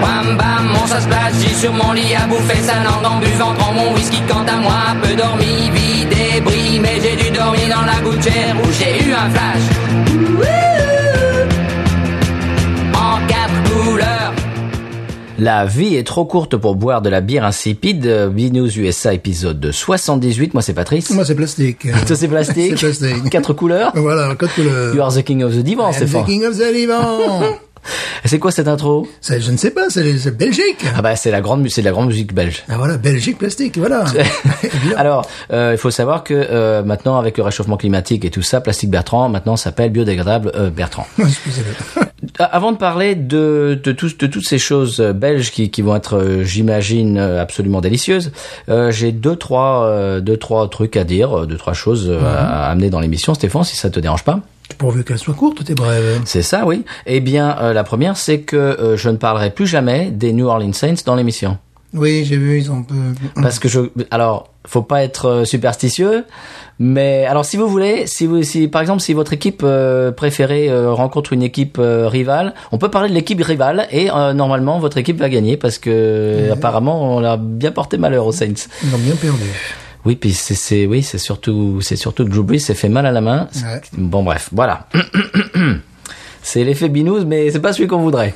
Bam bam, mon chasse j'y sur mon lit à bouffer sa langue en buvant grand mon whisky quant à moi, peu dormi, vie débris, mais j'ai dû dormir dans la gouttière où j'ai eu un flash. Wouhou En quatre couleurs. La vie est trop courte pour boire de la bière insipide. Binous USA épisode 78. Moi c'est Patrice. Moi, c'est plastique. Toi c'est plastique. C'est plastique. Quatre couleurs. Voilà, code couleur. You are the king of the divan, I'm c'est the fort. King of the Liban. C'est quoi cette intro C'est- je ne sais pas, c'est c'est Belgique. Ah bah c'est la grande, mu- c'est de la grande musique belge. Ah voilà, Belgique plastique, voilà. Eh Évidemment. Alors, euh, il faut savoir que euh, maintenant, avec le réchauffement climatique et tout ça, Plastique Bertrand maintenant s'appelle biodégradable euh, Bertrand. Excusez-le. A- Avant de parler de, de, tous- de toutes ces choses euh, belges qui, qui vont être, euh, j'imagine, euh, absolument délicieuses, euh, j'ai deux trois, euh, deux trois trucs à dire, euh, deux trois choses euh, à amener dans l'émission, Stéphane, si ça te dérange pas. Pourvu qu'elle soit courte, t'es brève. C'est ça, oui. Eh bien, euh, la première, c'est que euh, je ne parlerai plus jamais des New Orleans Saints dans l'émission. Oui, j'ai vu, ils ont un peu... Parce que je, alors, faut pas être euh, superstitieux, mais alors si vous voulez, si vous, si par exemple si votre équipe euh, préférée euh, rencontre une équipe euh, rivale, on peut parler de l'équipe rivale et euh, normalement votre équipe va gagner parce que apparemment on a bien porté malheur aux Saints. Ils ont bien perdu. Oui, puis c'est, c'est oui, c'est surtout, c'est surtout que Drew Brees s'est fait mal à la main. C'est- Ouais. Bon bref, voilà. C'est l'effet binous, mais c'est pas celui qu'on voudrait.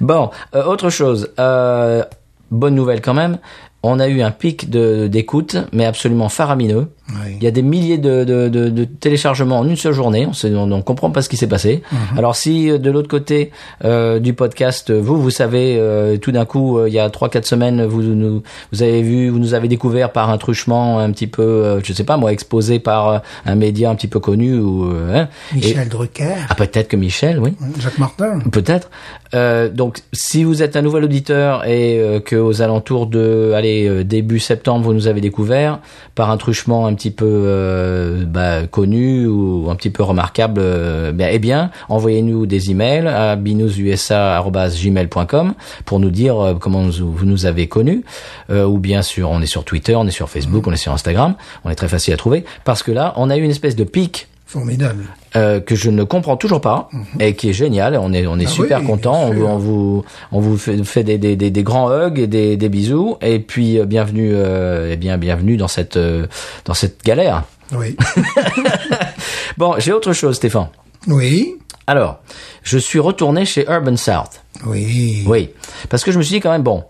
bon, euh, autre chose. euh, bonne nouvelle quand même. On a eu un pic de, d'écoute, mais absolument faramineux. Oui. Il y a des milliers de, de, de, de téléchargements en une seule journée. On ne on, on comprend pas ce qui s'est passé. Alors si euh, de l'autre côté euh, du podcast, euh, vous, vous savez, euh, tout d'un coup, euh, il y a trois quatre semaines, vous nous, vous avez vu, vous nous avez découvert par un truchement un petit peu, euh, je sais pas moi, exposé par euh, un média un petit peu connu ou euh, hein. Et- Michel Drucker, ah, peut-être que Michel, oui. Jacques Martin. Peut-être. Euh, donc, si vous êtes un nouvel auditeur et euh, que aux alentours de, allez, euh, début septembre, vous nous avez découvert par un truchement un petit peu euh, bah, connu ou un petit peu remarquable, euh, ben, eh bien, envoyez-nous des emails à binoususa@gmail.com pour nous dire euh, comment vous, vous nous avez connus. Euh, ou bien sûr, on est sur Twitter, on est sur Facebook, on est sur Instagram. On est très facile à trouver parce que là, on a eu une espèce de pic Formidable. euh, que je ne comprends toujours pas et qui est génial. On est on est Mhm. Ah super oui, content. On, bien vous- sûr. on vous on vous fait, fait des, des, des, des grands hugs et des, des bisous et puis euh, bienvenue euh, eh bien bienvenue dans cette euh, dans cette galère. Oui. Bon, j'ai autre chose, Stéphane. oui. Alors, je suis retourné chez Urban South. Oui. Oui, parce que je me suis dit quand même bon.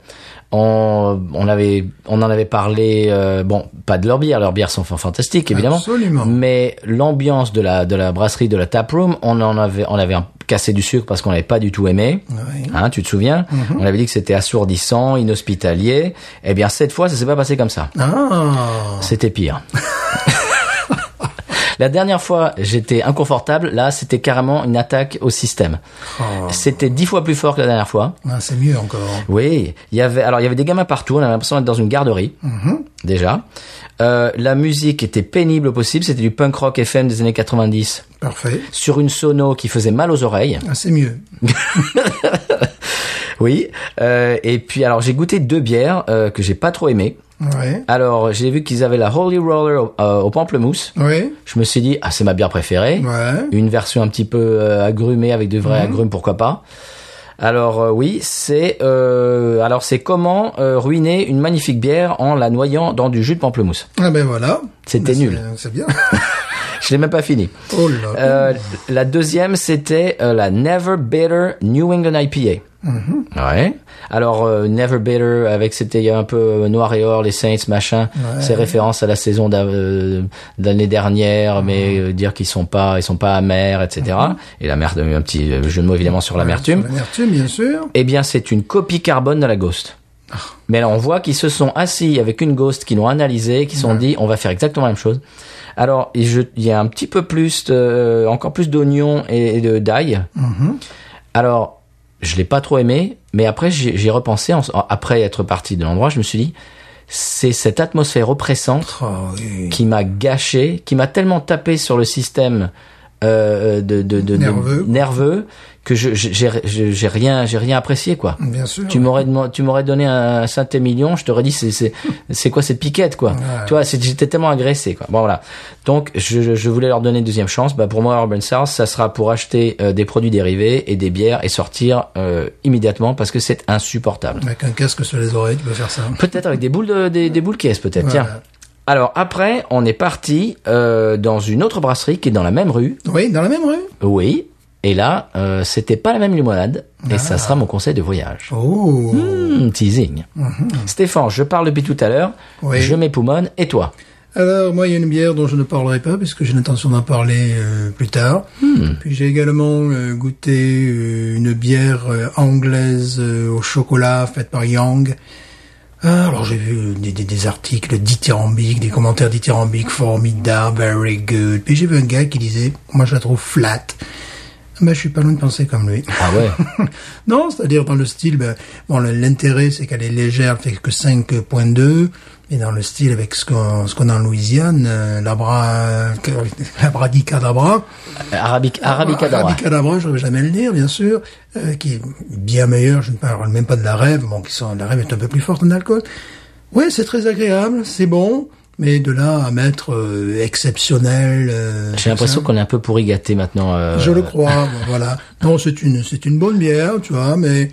On, on avait, on en avait parlé. euh, bon, pas de leur bière, leurs bières sont fan- fantastiques évidemment. Absolument. Mais l'ambiance de la de la brasserie, de la taproom, on en avait, on avait un- cassé du sucre parce qu'on n'avait pas du tout aimé. Oui. Mhm. Hein, tu te souviens On avait dit que c'était assourdissant, inhospitalier. Eh bien, cette fois, ça s'est pas passé comme ça. Ah. C'était pire. La dernière fois, j'étais inconfortable. Là, c'était carrément une attaque au système. Oh. C'était dix fois plus fort que la dernière fois. Ah, c'est mieux encore. Oui, il y avait alors il y avait des gamins partout. On avait l'impression d'être dans une garderie déjà. Euh, la musique était pénible au possible. C'était du punk rock FM des années 90 Parfait. sur une sono qui faisait mal aux oreilles. Ah, c'est mieux. Oui. Euh, et puis alors j'ai goûté deux bières euh, que j'ai pas trop aimées. Ouais. Alors j'ai vu qu'ils avaient la Holy Roller au, euh, au pamplemousse. Oui. Je me suis dit ah c'est ma bière préférée. Ouais. Une version un petit peu euh, agrumée avec de vrais agrumes pourquoi pas. Alors euh, oui c'est euh, alors c'est comment euh, ruiner une magnifique bière en la noyant dans du jus de pamplemousse. Ah ben voilà. C'était Ben, nul. c'est- C'est bien. Je l'ai même pas fini. Oh là. Euh, la deuxième, c'était euh, la Never Bitter New England IPA. Ouais. Alors euh, Never Bitter avec c'était il y a un peu euh, noir et or les Saints machin, c'est référence à la saison d'a- euh, d'année dernière, mais euh, dire qu'ils sont pas ils sont pas amers etc. Et la merde euh, un petit euh, jeu de mots évidemment sur l'amertume. L'amertume, bien sûr. Eh bien c'est une copie carbone de la Ghost. Mais là, on voit qu'ils se sont assis avec une ghost, qui l'ont analysé, qui se sont dit, on va faire exactement la même chose. Alors, et je- il y a un petit peu plus, de- encore plus d'oignons et, et de d'ail. Alors, je l'ai pas trop aimé, mais après, j'ai j'ai repensé, en- en- après être parti de l'endroit, je me suis dit, c'est cette atmosphère oppressante Oh, oui. qui m'a gâché, qui m'a tellement tapé sur le système euh, de, de, de- de- Nerveux. nerveux que je je- j'ai je- j'ai rien j'ai rien apprécié quoi. Bien sûr. Tu m'aurais demandé- tu m'aurais donné un Saint-Émilion, je t'aurais dit c'est c'est c'est quoi cette piquette quoi. Tu vois, c'est- j'étais tellement agressé quoi. Bon voilà. Donc je, je- je voulais leur donner une deuxième chance. Bah pour moi Urban South, ça sera pour acheter euh, des produits dérivés et des bières et sortir euh, immédiatement parce que c'est insupportable. Avec un casque sur les oreilles, tu peux faire ça. Peut-être avec des boules de, des, des boules caisses, peut-être. Voilà. Tiens. Alors après, on est parti euh, dans une autre brasserie qui est dans la même rue. Oui, dans la même rue. Oui. Et là, euh, c'était pas la même limonade. Et Ah. ça sera mon conseil de voyage. Oh. Hmm, teasing. Stéphane, je parle depuis tout à l'heure. Mhm. Oui. Je m'époumonne. Et toi Alors, moi, il y a une bière dont je ne parlerai pas, puisque j'ai l'intention d'en parler euh, plus tard. Puis j'ai également euh, goûté euh, une bière euh, anglaise euh, au chocolat faite par Yang. Ah, alors, j'ai vu des, des- des articles dithyrambiques, des commentaires dithyrambiques formidables, very good. Puis j'ai vu un gars qui disait, moi, je la trouve flat. Ben, je suis pas loin de penser comme lui. Ah ouais. Non, c'est-à-dire dans le style, ben, bon, le- l'intérêt c'est qu'elle est légère, elle fait que 5.2, et dans le style avec ce qu'on ce qu'on a en Louisiane, euh, la bra, la bradicadabra, Arabic, Arabicadabra. Arabicadabra, je ne jamais le dire, bien sûr, euh, qui est bien meilleur, je ne parle même pas de la rêve, bon, qui sont, la rêve est un peu plus forte en alcool. Ouais, c'est très agréable, c'est bon, mais de là à mettre euh, exceptionnel. euh, J'ai l'impression qu'on est un peu pourri gâté maintenant. euh, je le crois, bon, voilà. Non, c'est une, c'est une bonne bière, tu vois, mais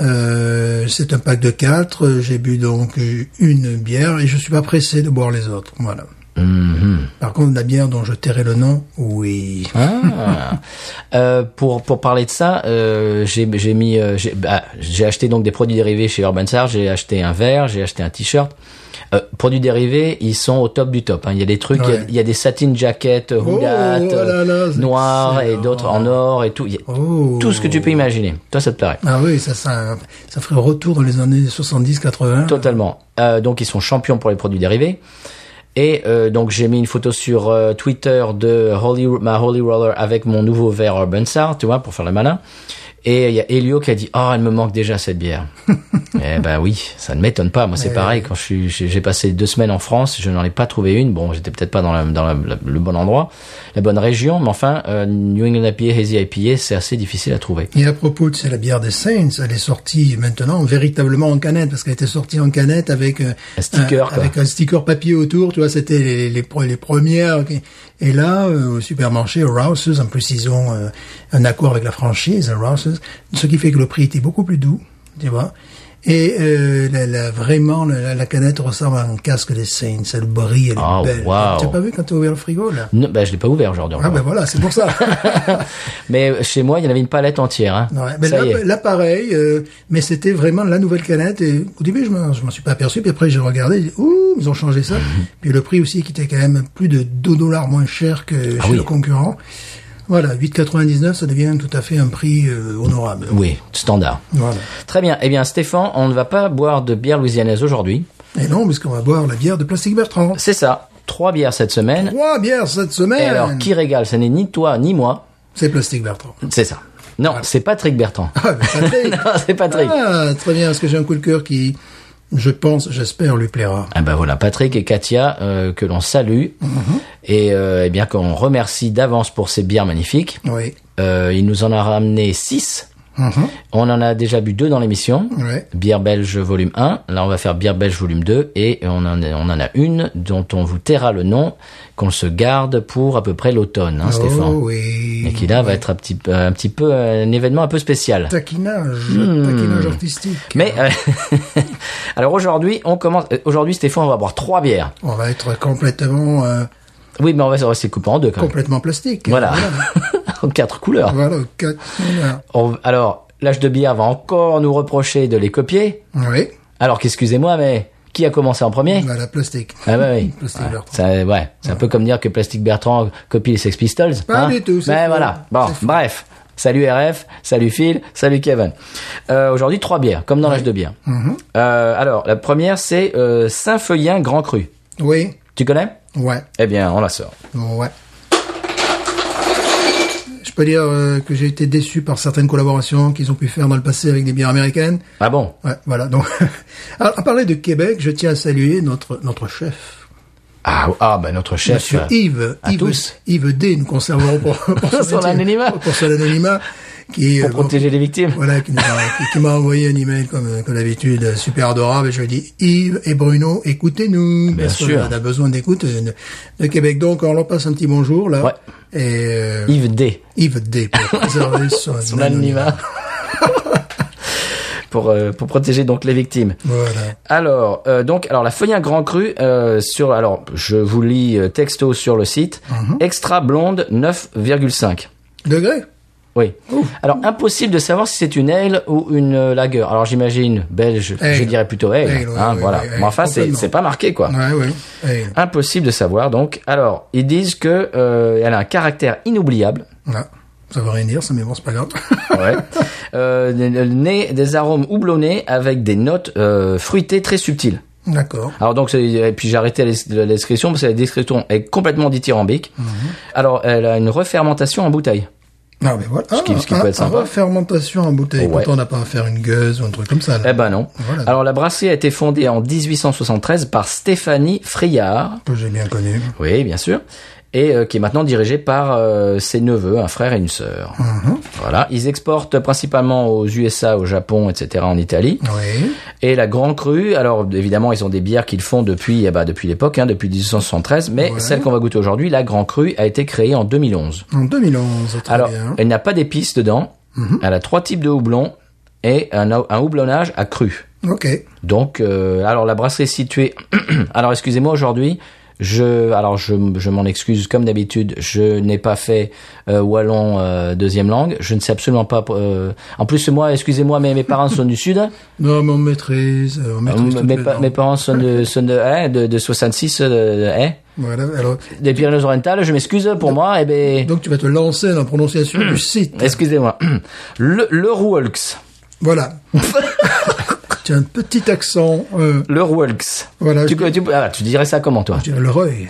euh, c'est un pack de quatre. J'ai bu donc une bière et je suis pas pressé de boire les autres. Voilà. Mhm. Par contre, la bière dont je tairai le nom, oui. Ah. Euh, pour pour parler de ça, euh, j'ai j'ai mis euh, j'ai bah, j'ai acheté donc des produits dérivés chez Urban Star, j'ai acheté un verre, j'ai acheté un t-shirt. Euh, produits dérivés, ils sont au top du top. hein. Il y a des trucs, il, y a, Ouais. il y a des satin jackets, euh, Oh, houdattes, oh là là, euh, c'est noires et excellent. d'autres en or et tout. Il y a Oh. Tout ce que tu peux imaginer. Toi, ça te paraît Ah oui, ça, ça, ça ferait retour dans les années 70-80. Totalement. Euh, donc ils sont champions pour les produits dérivés. Et euh, donc j'ai mis une photo sur euh, Twitter de Holy, ma Holy Roller avec mon nouveau verre Urban Star, tu vois, pour faire le malin. Et il y a Elio qui a dit Oh, elle me manque déjà cette bière. eh ben oui, ça ne m'étonne pas. Moi, c'est pareil. Quand je suis- j'ai j'ai passé deux semaines en France, je n'en ai pas trouvé une. Bon, j'étais peut-être pas dans, la- dans la- la- le bon endroit, la bonne région, mais enfin, euh, New England IPA, Hazy IPA, c'est assez difficile à trouver. Et à propos de c'est la bière des Saints, elle est sortie maintenant véritablement en canette parce qu'elle était sortie en canette avec euh, Un sticker, quoi. avec un sticker papier autour. Tu vois, c'était les, les, pre- les premières. qui- Et là, euh, au supermarché Rouse's, en plus ils ont euh, un accord avec la franchise Rouse's, ce qui fait que le prix était beaucoup plus doux, tu vois. Et euh, la, la- vraiment, la, la canette ressemble à un casque des Saints. Elle brille, elle est Oh, belle. wow. Tu as pas vu quand tu as ouvert le frigo là Non, ben, je l'ai pas ouvert aujourd'hui. Ah encore. ben voilà, c'est pour ça. Mais chez moi, il y en avait une palette entière. Hein. Ouais, ben Ça y est. là, là, pareil, euh, mais c'était vraiment la nouvelle canette. Et au début, je m'en, je m'en suis pas aperçu, puis après j'ai regardé, j'ai dit, ouh, ils ont changé ça. Mhm. puis le prix aussi qui était quand même plus de 2 dollars moins cher que chez Ah oui. le concurrent. Voilà, 8,99, ça devient tout à fait un prix euh, honorable. Oui, standard. Voilà. Très bien. Eh bien, Stéphane, on ne va pas boire de bière louisianaise aujourd'hui. Et non, parce qu'on va boire la bière de Plastique Bertrand. C'est ça. Trois bières cette semaine. Trois bières cette semaine. Et alors, qui régale Ce n'est ni toi, ni moi. C'est Plastique Bertrand. C'est ça. Non, c'est Patrick Bertrand. Ah, ben, Patrick. non, c'est Patrick. Ah. Ah, très bien, parce que j'ai un coup de cœur qui, je pense, j'espère, lui plaira. ben voilà, Patrick et Katia, euh, que l'on salue. Mm-hmm. Et euh, eh bien, qu'on remercie d'avance pour ces bières magnifiques. Oui. Euh, il nous en a ramené six. Mhm. On en a déjà bu deux dans l'émission. Ouais. Bière belge volume 1. Là, on va faire bière belge volume 2. Et on en, a- on en a une dont on vous taira le nom, qu'on se garde pour à peu près l'automne, hein, Stéphane. Oh oui. Et qui là va être un petit, peu- un petit peu euh, un événement un peu spécial. Taquinage, taquinage artistique. Hmm. Mais euh, alors aujourd'hui, on commence. euh, Aujourd'hui, Stéphane, on va boire trois bières. On va être complètement, euh, Oui, mais on va, on va se couper en deux quand même. complètement plastique. Voilà, en quatre couleurs. Voilà, au quatre- voilà. On- alors, l'âge de bière va encore nous reprocher de les copier. Oui, Alors qu'excusez-moi, mais qui a commencé en premier voilà, plastique. Ah bah oui. Plastic Ouais, Bertrand. ça, ouais, c'est un peu comme dire que Plastic Bertrand copie les Sex Pistols. Pas hein. du tout, c'est Mais faux. voilà. Bon, C'est faux. bref. Salut RF, salut Phil, salut Kevin. Euh, Aujourd'hui, trois bières, comme dans l'âge de bière. Mm-hmm. Euh, alors, la première, c'est euh, Saint-Feulien Grand Cru. Oui. Tu connais Ouais. Eh bien, on la sort. Ouais. Je peux dire euh, que j'ai été déçu par certaines collaborations qu'ils ont pu faire dans le passé avec des bières américaines. Ah bon Ouais, voilà. Donc, Alors, à parler de Québec, je tiens à saluer notre notre chef, Ah, ah ben notre chef. Monsieur euh, Yves, à Yves, tous. Yves D. Nous conserverons pour, pour Son métier, anonymat. pour son anonymat, qui Pour euh, bon, protéger les victimes. Voilà, qui nous a- qui- qui m'a envoyé un email comme, euh, comme d'habitude, euh, super adorable. Et je lui dis, Yves et Bruno, écoutez-nous. Bien sûr. On a besoin d'écoute euh, de, de Québec. Donc, on leur passe un petit bonjour, là. Ouais. Et euh, Yves D. Yves D. pour préserver son, Son anonymat. pour, euh, pour protéger donc les victimes. Voilà. Alors, euh, donc, alors la feuille à grand cru euh, sur, alors je vous lis euh, texto sur le site, Mhm. extra blonde 9,5. Degré Oui. Alors impossible de savoir si c'est une ale ou une euh, lager. Alors j'imagine belge, Ale. je dirais plutôt ale. Ale, ouais, hein, ouais, voilà. ouais, Mais enfin, c'est complètement. c'est pas marqué quoi. Ouais, ouais. Et, Impossible de savoir donc. Alors ils disent que euh, elle a un caractère inoubliable. voilà. Ça veut rien dire, ça, mais bon, c'est pas grave. Ouais. euh, née des arômes houblonnés avec des notes euh, fruitées très subtiles. D'accord. Alors donc, c'est- et puis j'ai arrêté la la description parce que la description est complètement dithyrambique. Mhm. Alors, elle a une refermentation en bouteille. Ah, mais voilà. Ce qui- ce qui peut être sympa. fermentation en bouteille. Ouais. Pourtant, on n'a pas à faire une gueuse ou un truc comme ça. Là, Eh ben non. Ah. Voilà. Alors la brasserie a été fondée en 1873 par Stéphanie Friard, que j'ai bien connu. oui bien sûr, et euh, qui est maintenant dirigée par euh, ses neveux, un frère et une sœur. Mhm. Voilà. Ils exportent principalement aux USA, au Japon, etc., en Italie. Oui. Et la Grand Cru, alors évidemment, ils ont des bières qu'ils font depuis, eh ben, depuis l'époque, hein, depuis 1873, mais Ouais. celle qu'on va goûter aujourd'hui, la Grand Cru, a été créée en 2011. En 2011, très alors, bien. Mhm. elle n'a pas d'épices dedans, elle a trois types de houblon et un, un houblonnage à cru. Ok. Donc, euh, alors la brasserie est située. alors, excusez-moi aujourd'hui. Je, alors je, je m'en excuse comme d'habitude. Je n'ai pas fait euh, wallon euh, deuxième langue. Je ne sais absolument pas. euh, en plus moi, excusez-moi, mais mes parents sont du sud. Non, mais on maîtrise. euh, On maîtrise Euh, toutes mes, les pa- langues. mes parents sont de sont de, hein, de, de 66 euh, de- hein, Voilà. Alors, des Pyrénées-Orientales. Je m'excuse pour moi. Eh ben, donc tu vas te lancer dans la prononciation Hmm. du site. excusez-moi. Le le Rouelx, Voilà. tu as un petit accent. Euh, le Rouelx. Voilà, Tu, je- tu, ah, tu dirais ça comment toi tu as le reuil.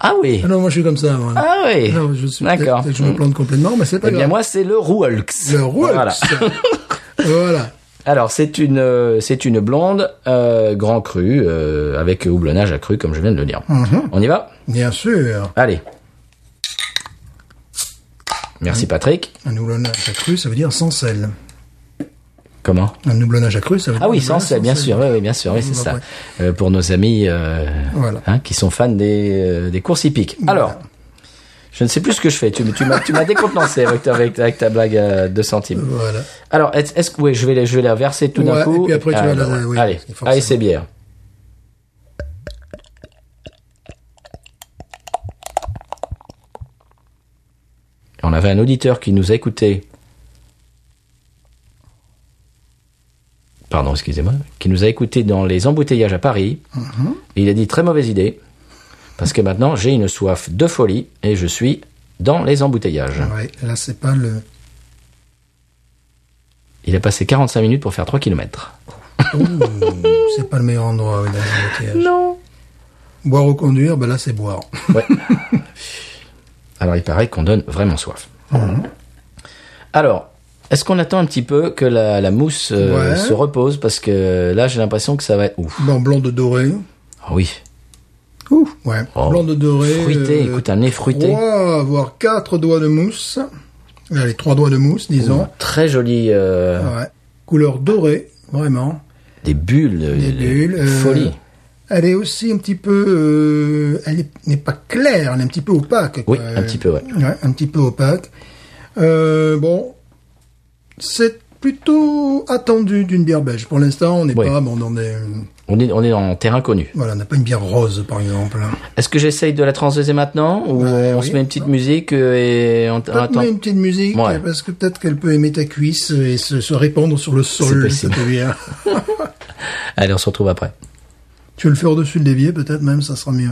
Ah oui. Ah non, moi je suis comme ça. Moi. Ah oui. Non, je suis D'accord. Hmm. peut-être que Je me plante complètement, mais c'est pas Eh bien grave. moi c'est le Rouelx. le reuil. Voilà. voilà. Alors c'est une euh, c'est une blonde euh, grand cru euh, avec houblonnage accru comme je viens de le dire. Mhm. On y va Bien sûr. Allez. Mhm. Merci Patrick. Un houblonnage accru, ça veut dire sans sel. Comment Un houblonnage accru, ça veut dire. Ah oui, un sans houblonnage sel, bien sûr. Oui, oui, bien sûr, oui, c'est Ouais, ça. bah, ouais. Euh, pour nos amis euh, Voilà. hein, qui sont fans des, euh, des courses hippiques. Alors, je ne sais plus ce que je fais. Tu, m- tu m'as tu m'as décontenancé avec ta, avec, avec ta blague euh, à 2 centimes. Voilà. Alors, est-ce est-ce que oui, je vais la- je vais la verser tout d'un Ouais, coup et puis après, tu vas la- alors, oui, allez, parce que forcément. allez, c'est bière. On avait un auditeur qui nous a écouté. Pardon, excusez-moi, qui nous a écouté dans les embouteillages à Paris. Mhm. Et il a dit très mauvaise idée parce que maintenant j'ai une soif de folie et je suis dans les embouteillages. Ouais, là, c'est pas le. Il a passé 45 minutes pour faire 3 km. Ouh, c'est pas le meilleur endroit oui, dans un embouteillage. Non. Boire ou conduire, ben là, c'est boire. Ouais. Alors, il paraît qu'on donne vraiment soif. Alors, est-ce qu'on attend un petit peu que la, la mousse euh, Ouais. se repose Parce que là, j'ai l'impression que ça va être ouf. Bon, blanc de doré. Ah oui. Ouh, ouais. Oh. Blanc de doré. Fruité, euh, écoute, un nez fruité. Trois, voire quatre doigts de mousse. Allez, trois doigts de mousse, disons. Très joli. euh, Ouais. Couleur dorée, vraiment. Des bulles. de- Des de- bulles, de euh, Folie. Elle est aussi un petit peu, euh, elle est- n'est pas claire, elle est un petit peu opaque. quoi. Oui, un petit peu, ouais. Ouais, un petit peu opaque. Euh, bon, c'est plutôt attendu d'une bière belge. Pour l'instant, on n'est Oui. pas, bon, dans des, On est, on est dans un terrain connu. voilà, on n'a pas une bière rose, par exemple. Est-ce que j'essaye de la transposer maintenant Ou Ouais, on oui. se met une petite musique euh, et on, on Peut-être attend mets une petite musique, Ouais. parce que peut-être qu'elle peut aimer ta cuisse et se, se répandre sur le sol, possible. cette bière. Allez, on se retrouve après. tu veux le faire au-dessus de l'évier, peut-être même, ça sera mieux.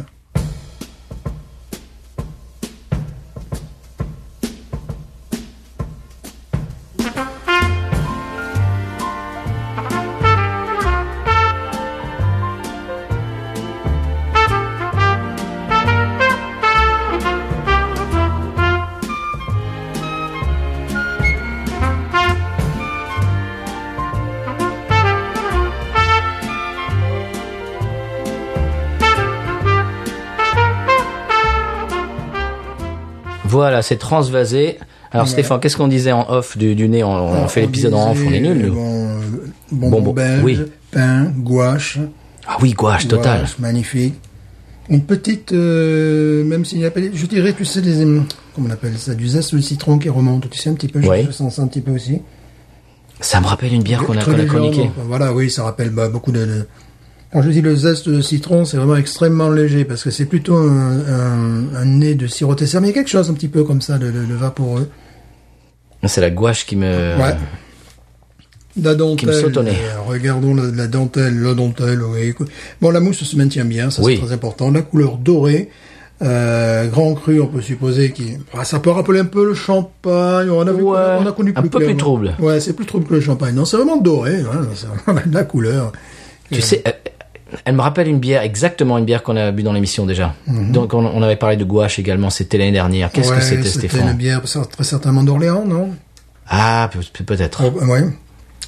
Voilà, c'est transvasé. Alors Stéphane, qu'est-ce qu'on disait en off du, du nez on, on fait l'épisode en off, on est nul. nous. euh, Bonbon, Bon, bonbon belge, oui. pain, gouache. Ah oui, gouache total. Gouache, magnifique. Une petite, euh, même s'il n'y a pas, je dirais, tu sais, des, hum, comment on appelle ça, du zeste de citron qui remonte, tu sais, un petit peu, je- Oui. je sens ça un petit peu aussi. Ça me rappelle une bière qu'on a, Très qu'on a légèrement, chroniquée. quoi. Voilà, oui, ça rappelle bah, beaucoup de, de- Quand je dis le zeste de citron, c'est vraiment extrêmement léger parce que c'est plutôt un, un- un nez de siroté. Ça mais quelque chose un petit peu comme ça, de, de- de vaporeux. C'est la gouache qui me... Ouais. La dentelle. saute au nez. euh, regardons la, la dentelle, la dentelle, oui. écoute. Bon, la mousse se maintient bien, ça Oui. c'est très important. La couleur dorée, euh, grand cru, on peut supposer qui. ça peut rappeler un peu le champagne. On a, vu- Ouais, on a- on a connu un plus peu clair, plus non trouble. Ouais, c'est plus trouble que le champagne. Non, c'est vraiment doré. hein, c'est vraiment la couleur. Tu sais, euh, elle me rappelle une bière, exactement une bière qu'on a bu dans l'émission déjà. Donc on, on avait parlé de gouache également, c'était l'année dernière. Qu'est-ce Mhm. Ouais, que c'était C'était une Stéphane bière ça, très certainement d'Orléans, non Ah, peut- peut- peut-être. Ah, bah, ouais.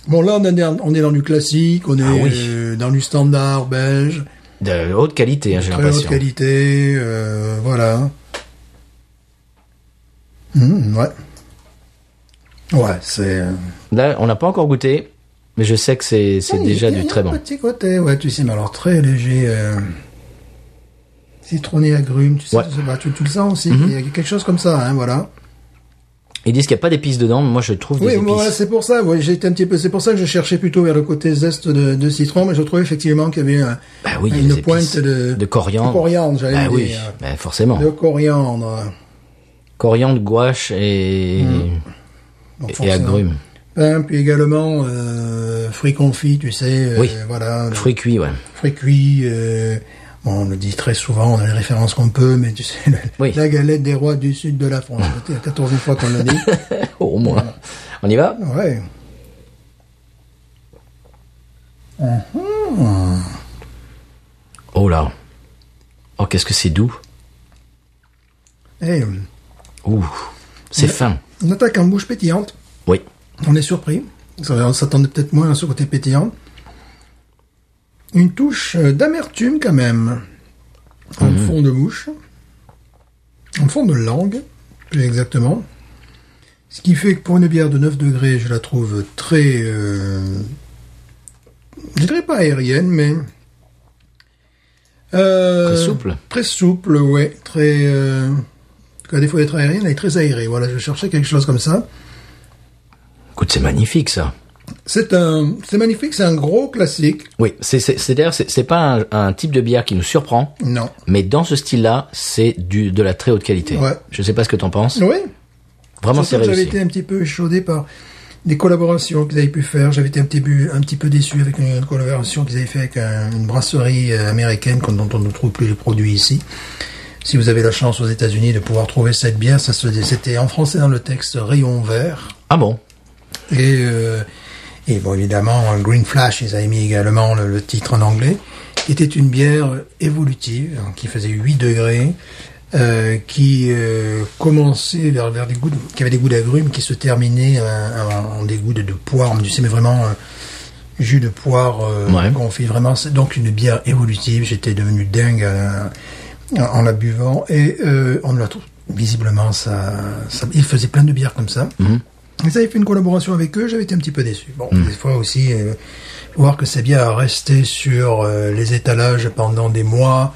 Bon, là, on est, dans- on est dans du classique, on est Ah oui. euh, dans du standard belge, De haute qualité, hein, j'ai très haute l'impression. qualité, euh, voilà. Hum, ouais. Ouais, c'est... euh, Là, on n'a pas encore goûté, mais je sais que c'est c'est oui, déjà Ah, il y du a- il y a très un bon. petit côté, ouais, tu sais, mais alors très léger... euh, Citronné agrume, tu sais, Ouais. Mhm. tu, sais pas, tu- tu le sens aussi, il y a quelque chose comme ça, hein, voilà. Ils disent qu'il n'y a pas d'épices dedans, mais moi je trouve Oui, des épices. voilà, c'est pour ça. Ouais, j'étais un petit peu. C'est pour ça que je cherchais plutôt vers le côté zeste de, de citron, mais je trouvais effectivement qu'il y avait un- Bah oui, il y a des une épices. pointe de, De coriandre. De coriandre, j'allais Bah dire. oui, bah forcément. De coriandre. Coriandre, gouache et, Mhm. Donc, et forcément. agrumes. Pain, puis également euh, fruits confits, tu sais. euh, Oui. Voilà. Fruits cuits, ouais. fruits cuits. euh, bon, on le dit très souvent, on a les références qu'on peut, mais tu sais, le- Oui. la galette des rois du sud de la France. C'était la 14 fois qu'on l'a dit. Oh, au moins. On y va Ouais. Oh là. Oh, qu'est-ce que c'est doux. Et, euh, Ouh, c'est fin. on attaque en bouche pétillante. Oui. On est surpris. Ça, On s'attendait peut-être moins à ce côté pétillant. Une touche euh, d'amertume quand même. En Mhm. fond de bouche. En fond de langue, plus exactement. Ce qui fait que pour une bière de 9 degrés, je la trouve très... euh, je dirais pas aérienne, mais... euh, Très souple. Très souple, ouais. Très... euh, à défaut d'être aérienne, elle est très aérée. Voilà, je cherchais quelque chose comme ça. Écoute, c'est magnifique ça. C'est un, c'est magnifique, c'est un gros classique. Oui, c'est c'est- c'est d'ailleurs c'est c'est pas un, un type de bière qui nous surprend, Non. mais dans ce style-là, c'est du de la très haute qualité. Ouais. Je sais pas ce que t'en penses. Oui. Vraiment, c'est Surtout que J'avais réussi. été un petit peu chaudé par des collaborations qu'ils avaient pu faire. J'avais été un petit peu, un petit peu déçu avec une collaboration qu'ils avaient fait avec un- une brasserie euh, américaine qu'on- dont on ne trouve plus les produits ici. Si vous avez la chance aux États-Unis de pouvoir trouver cette bière, ça se, c'était en français dans le texte rayon vert. Ah bon Et, euh, et bon, évidemment, euh, Green Flash, ils avaient mis également le, le titre en anglais, qui était une bière évolutive, hein, qui faisait 8 degrés, euh, qui euh, commençait vers, vers des goûts, de- qui avait des goûts d'agrumes, qui se terminait euh, en, en des goûts de, de poire, mais tu sais, mais vraiment euh, jus de poire euh, Ouais. confit. Vraiment, c'est donc une bière évolutive. J'étais devenu dingue euh, en- en la buvant et euh, on la trouve. Visiblement, ça, ça, il faisait plein de bières comme ça. Ils avaient fait une collaboration avec eux, j'avais été un petit peu déçu. Bon, Hmm. des fois aussi, euh, voir que c'est bien à rester sur euh, les étalages pendant des mois,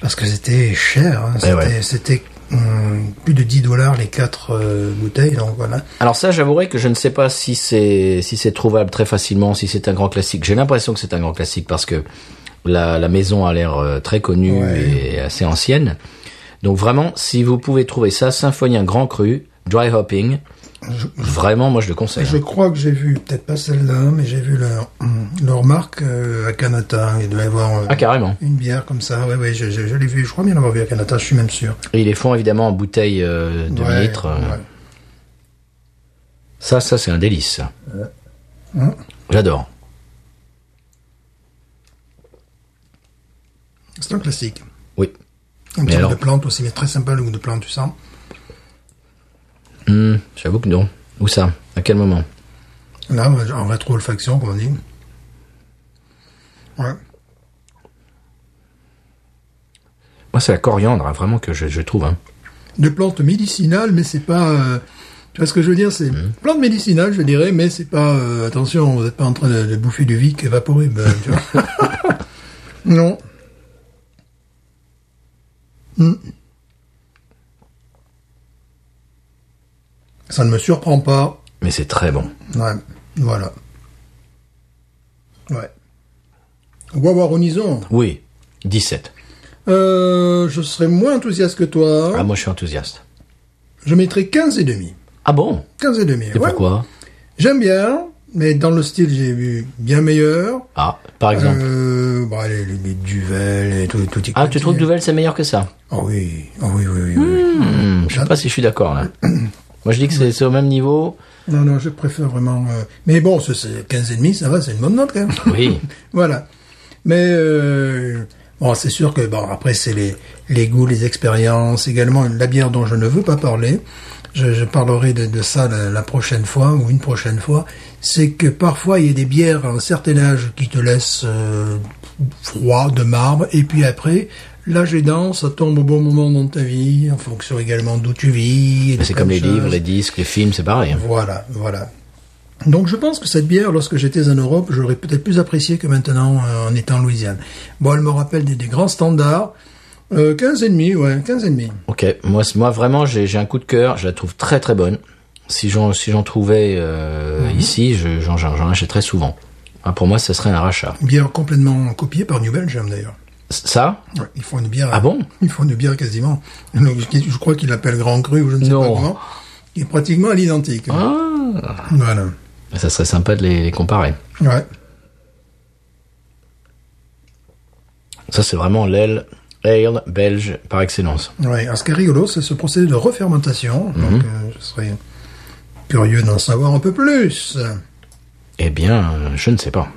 parce que c'était cher. hein. C'était, Eh ouais. c'était, hum, plus de 10 dollars les quatre euh, bouteilles, donc voilà. Alors ça, j'avouerai que je ne sais pas si c'est si c'est trouvable très facilement, si c'est un grand classique. J'ai l'impression que c'est un grand classique parce que la, la maison a l'air euh, très connue Ouais. et assez ancienne. Donc vraiment, si vous pouvez trouver ça, Symphonien Grand Cru, Dry Hopping, vraiment, moi je le conseille. hein. Je crois que j'ai vu, peut-être pas celle-là, mais j'ai vu leur, hum, leur marque euh, à Canada. Il devait y avoir euh, Ah carrément. une bière comme ça. Oui, oui, je, je- je l'ai vu. Je crois bien l'avoir vu à Canada, je suis même sûr. Et ils les font évidemment en bouteille euh, de Ouais, litre. euh, ouais. Ça, ça c'est un délice. ça. Hum. J'adore. C'est un classique. Oui. Un petit alors- goût de plante aussi, mais très sympa le goût de plante, tu sens. Hmm, J'avoue que non. Où ça À quel moment Là, en rétro-olfaction, comme on dit. Ouais. Moi, c'est la coriandre, hein, vraiment que je, je trouve. hein. de plantes médicinales, mais c'est pas. euh, tu vois ce que je veux dire C'est plantes médicinales, je dirais, mais c'est pas. euh, attention, vous n'êtes pas en train de, de bouffer du Vic évaporé. ben, tu vois. non. Hmm. Ça ne me surprend pas. Mais c'est très bon. Ouais, voilà. Ouais. Wawa Horizon. Oui, 17. Euh, je serais moins enthousiaste que toi. Ah, moi, je suis enthousiaste. Je mettrais 15 et demi. Ah bon 15 et demi. Et pourquoi J'aime bien, mais dans le style, j'ai vu bien meilleur. Ah, par exemple. Euh, bon, les, les, les Duvel et tout, tout y ah, tu quanti. trouves Duvel, c'est meilleur que ça Ah oui, ah oui, oui, oui. oui. Hmm, Je sais pas si je suis d'accord, là. moi, je dis que c'est c'est au même niveau. Non, non, je préfère vraiment. euh, Mais bon, ce- c'est 15 et demi, ça va, c'est une bonne note quand même. Oui. Voilà. Mais euh, bon, c'est sûr que bon après c'est les les goûts, les expériences, également la bière dont je ne veux pas parler. Je, je parlerai de, de ça la, la prochaine fois ou une prochaine fois. C'est que parfois il y a des bières à un certain âge qui te laissent euh, froid de marbre et puis après l'âge aidant, ça tombe au bon moment dans ta vie en fonction également d'où tu vis. et Mais c'est plein comme de les livres, choses. les disques, les films, c'est pareil. Voilà, voilà. Donc je pense que cette bière, lorsque j'étais en Europe, j'aurais peut-être plus apprécié que maintenant euh, en étant en Louisiane. Bon, elle me rappelle des, des grands standards. Euh, 15 et demi, ouais, 15 et demi. Ok, moi, c'est- moi vraiment, j'ai j'ai un coup de cœur. Je la trouve très très bonne. Si j'en si j'en trouvais euh, ici, je- j'en j'en j'en achèterais souvent. Ah, pour moi, ça serait un rachat. Bière complètement copiée par New Belgium d'ailleurs. Ça Ouais, ils font une bière. Ah bon Ils font une bière quasiment. donc, qui- je crois qu'ils l'appellent Grand Cru ou je ne sais Non. Ah. pas comment. Qui est pratiquement à l'identique. Voilà. Ça serait sympa de les, les comparer. Ouais. Ça, c'est vraiment l'aile ale belge par excellence. Ouais, alors ce qui est rigolo, c'est ce procédé de refermentation. Mhm. Donc, euh, je serais curieux d'en savoir un peu plus. Eh bien, euh, je ne sais pas.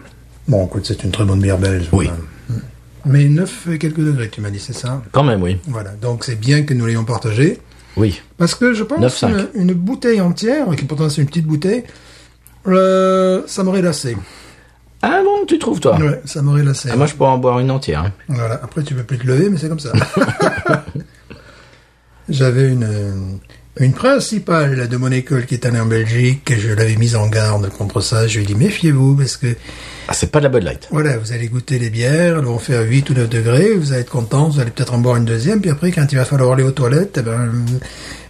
Bon, écoute, c'est une très bonne bière belge. Oui. voilà. Mais 9 et quelques degrés, tu m'as dit, c'est ça Quand même, oui. Voilà, donc c'est bien que nous l'ayons partagé. Oui. Parce que je pense 9,5. qu'une une bouteille entière, qui pourtant c'est une petite bouteille, euh, ça m'aurait lassé. Ah bon, tu trouves toi Ouais, ça m'aurait lassé. Ah, Moi, je pourrais en boire une entière. hein. Voilà, après tu peux plus te lever, mais c'est comme ça. J'avais une, euh, une principale là, de mon école qui est allée en Belgique, et je l'avais mise en garde contre ça. Je lui ai dit, méfiez-vous, parce que Ah, c'est pas de la Bud Light. Voilà, vous allez goûter les bières, elles vont faire 8 ou 9 degrés, vous allez être content, vous allez peut-être en boire une deuxième, puis après, quand il va falloir aller aux toilettes, eh ben, vous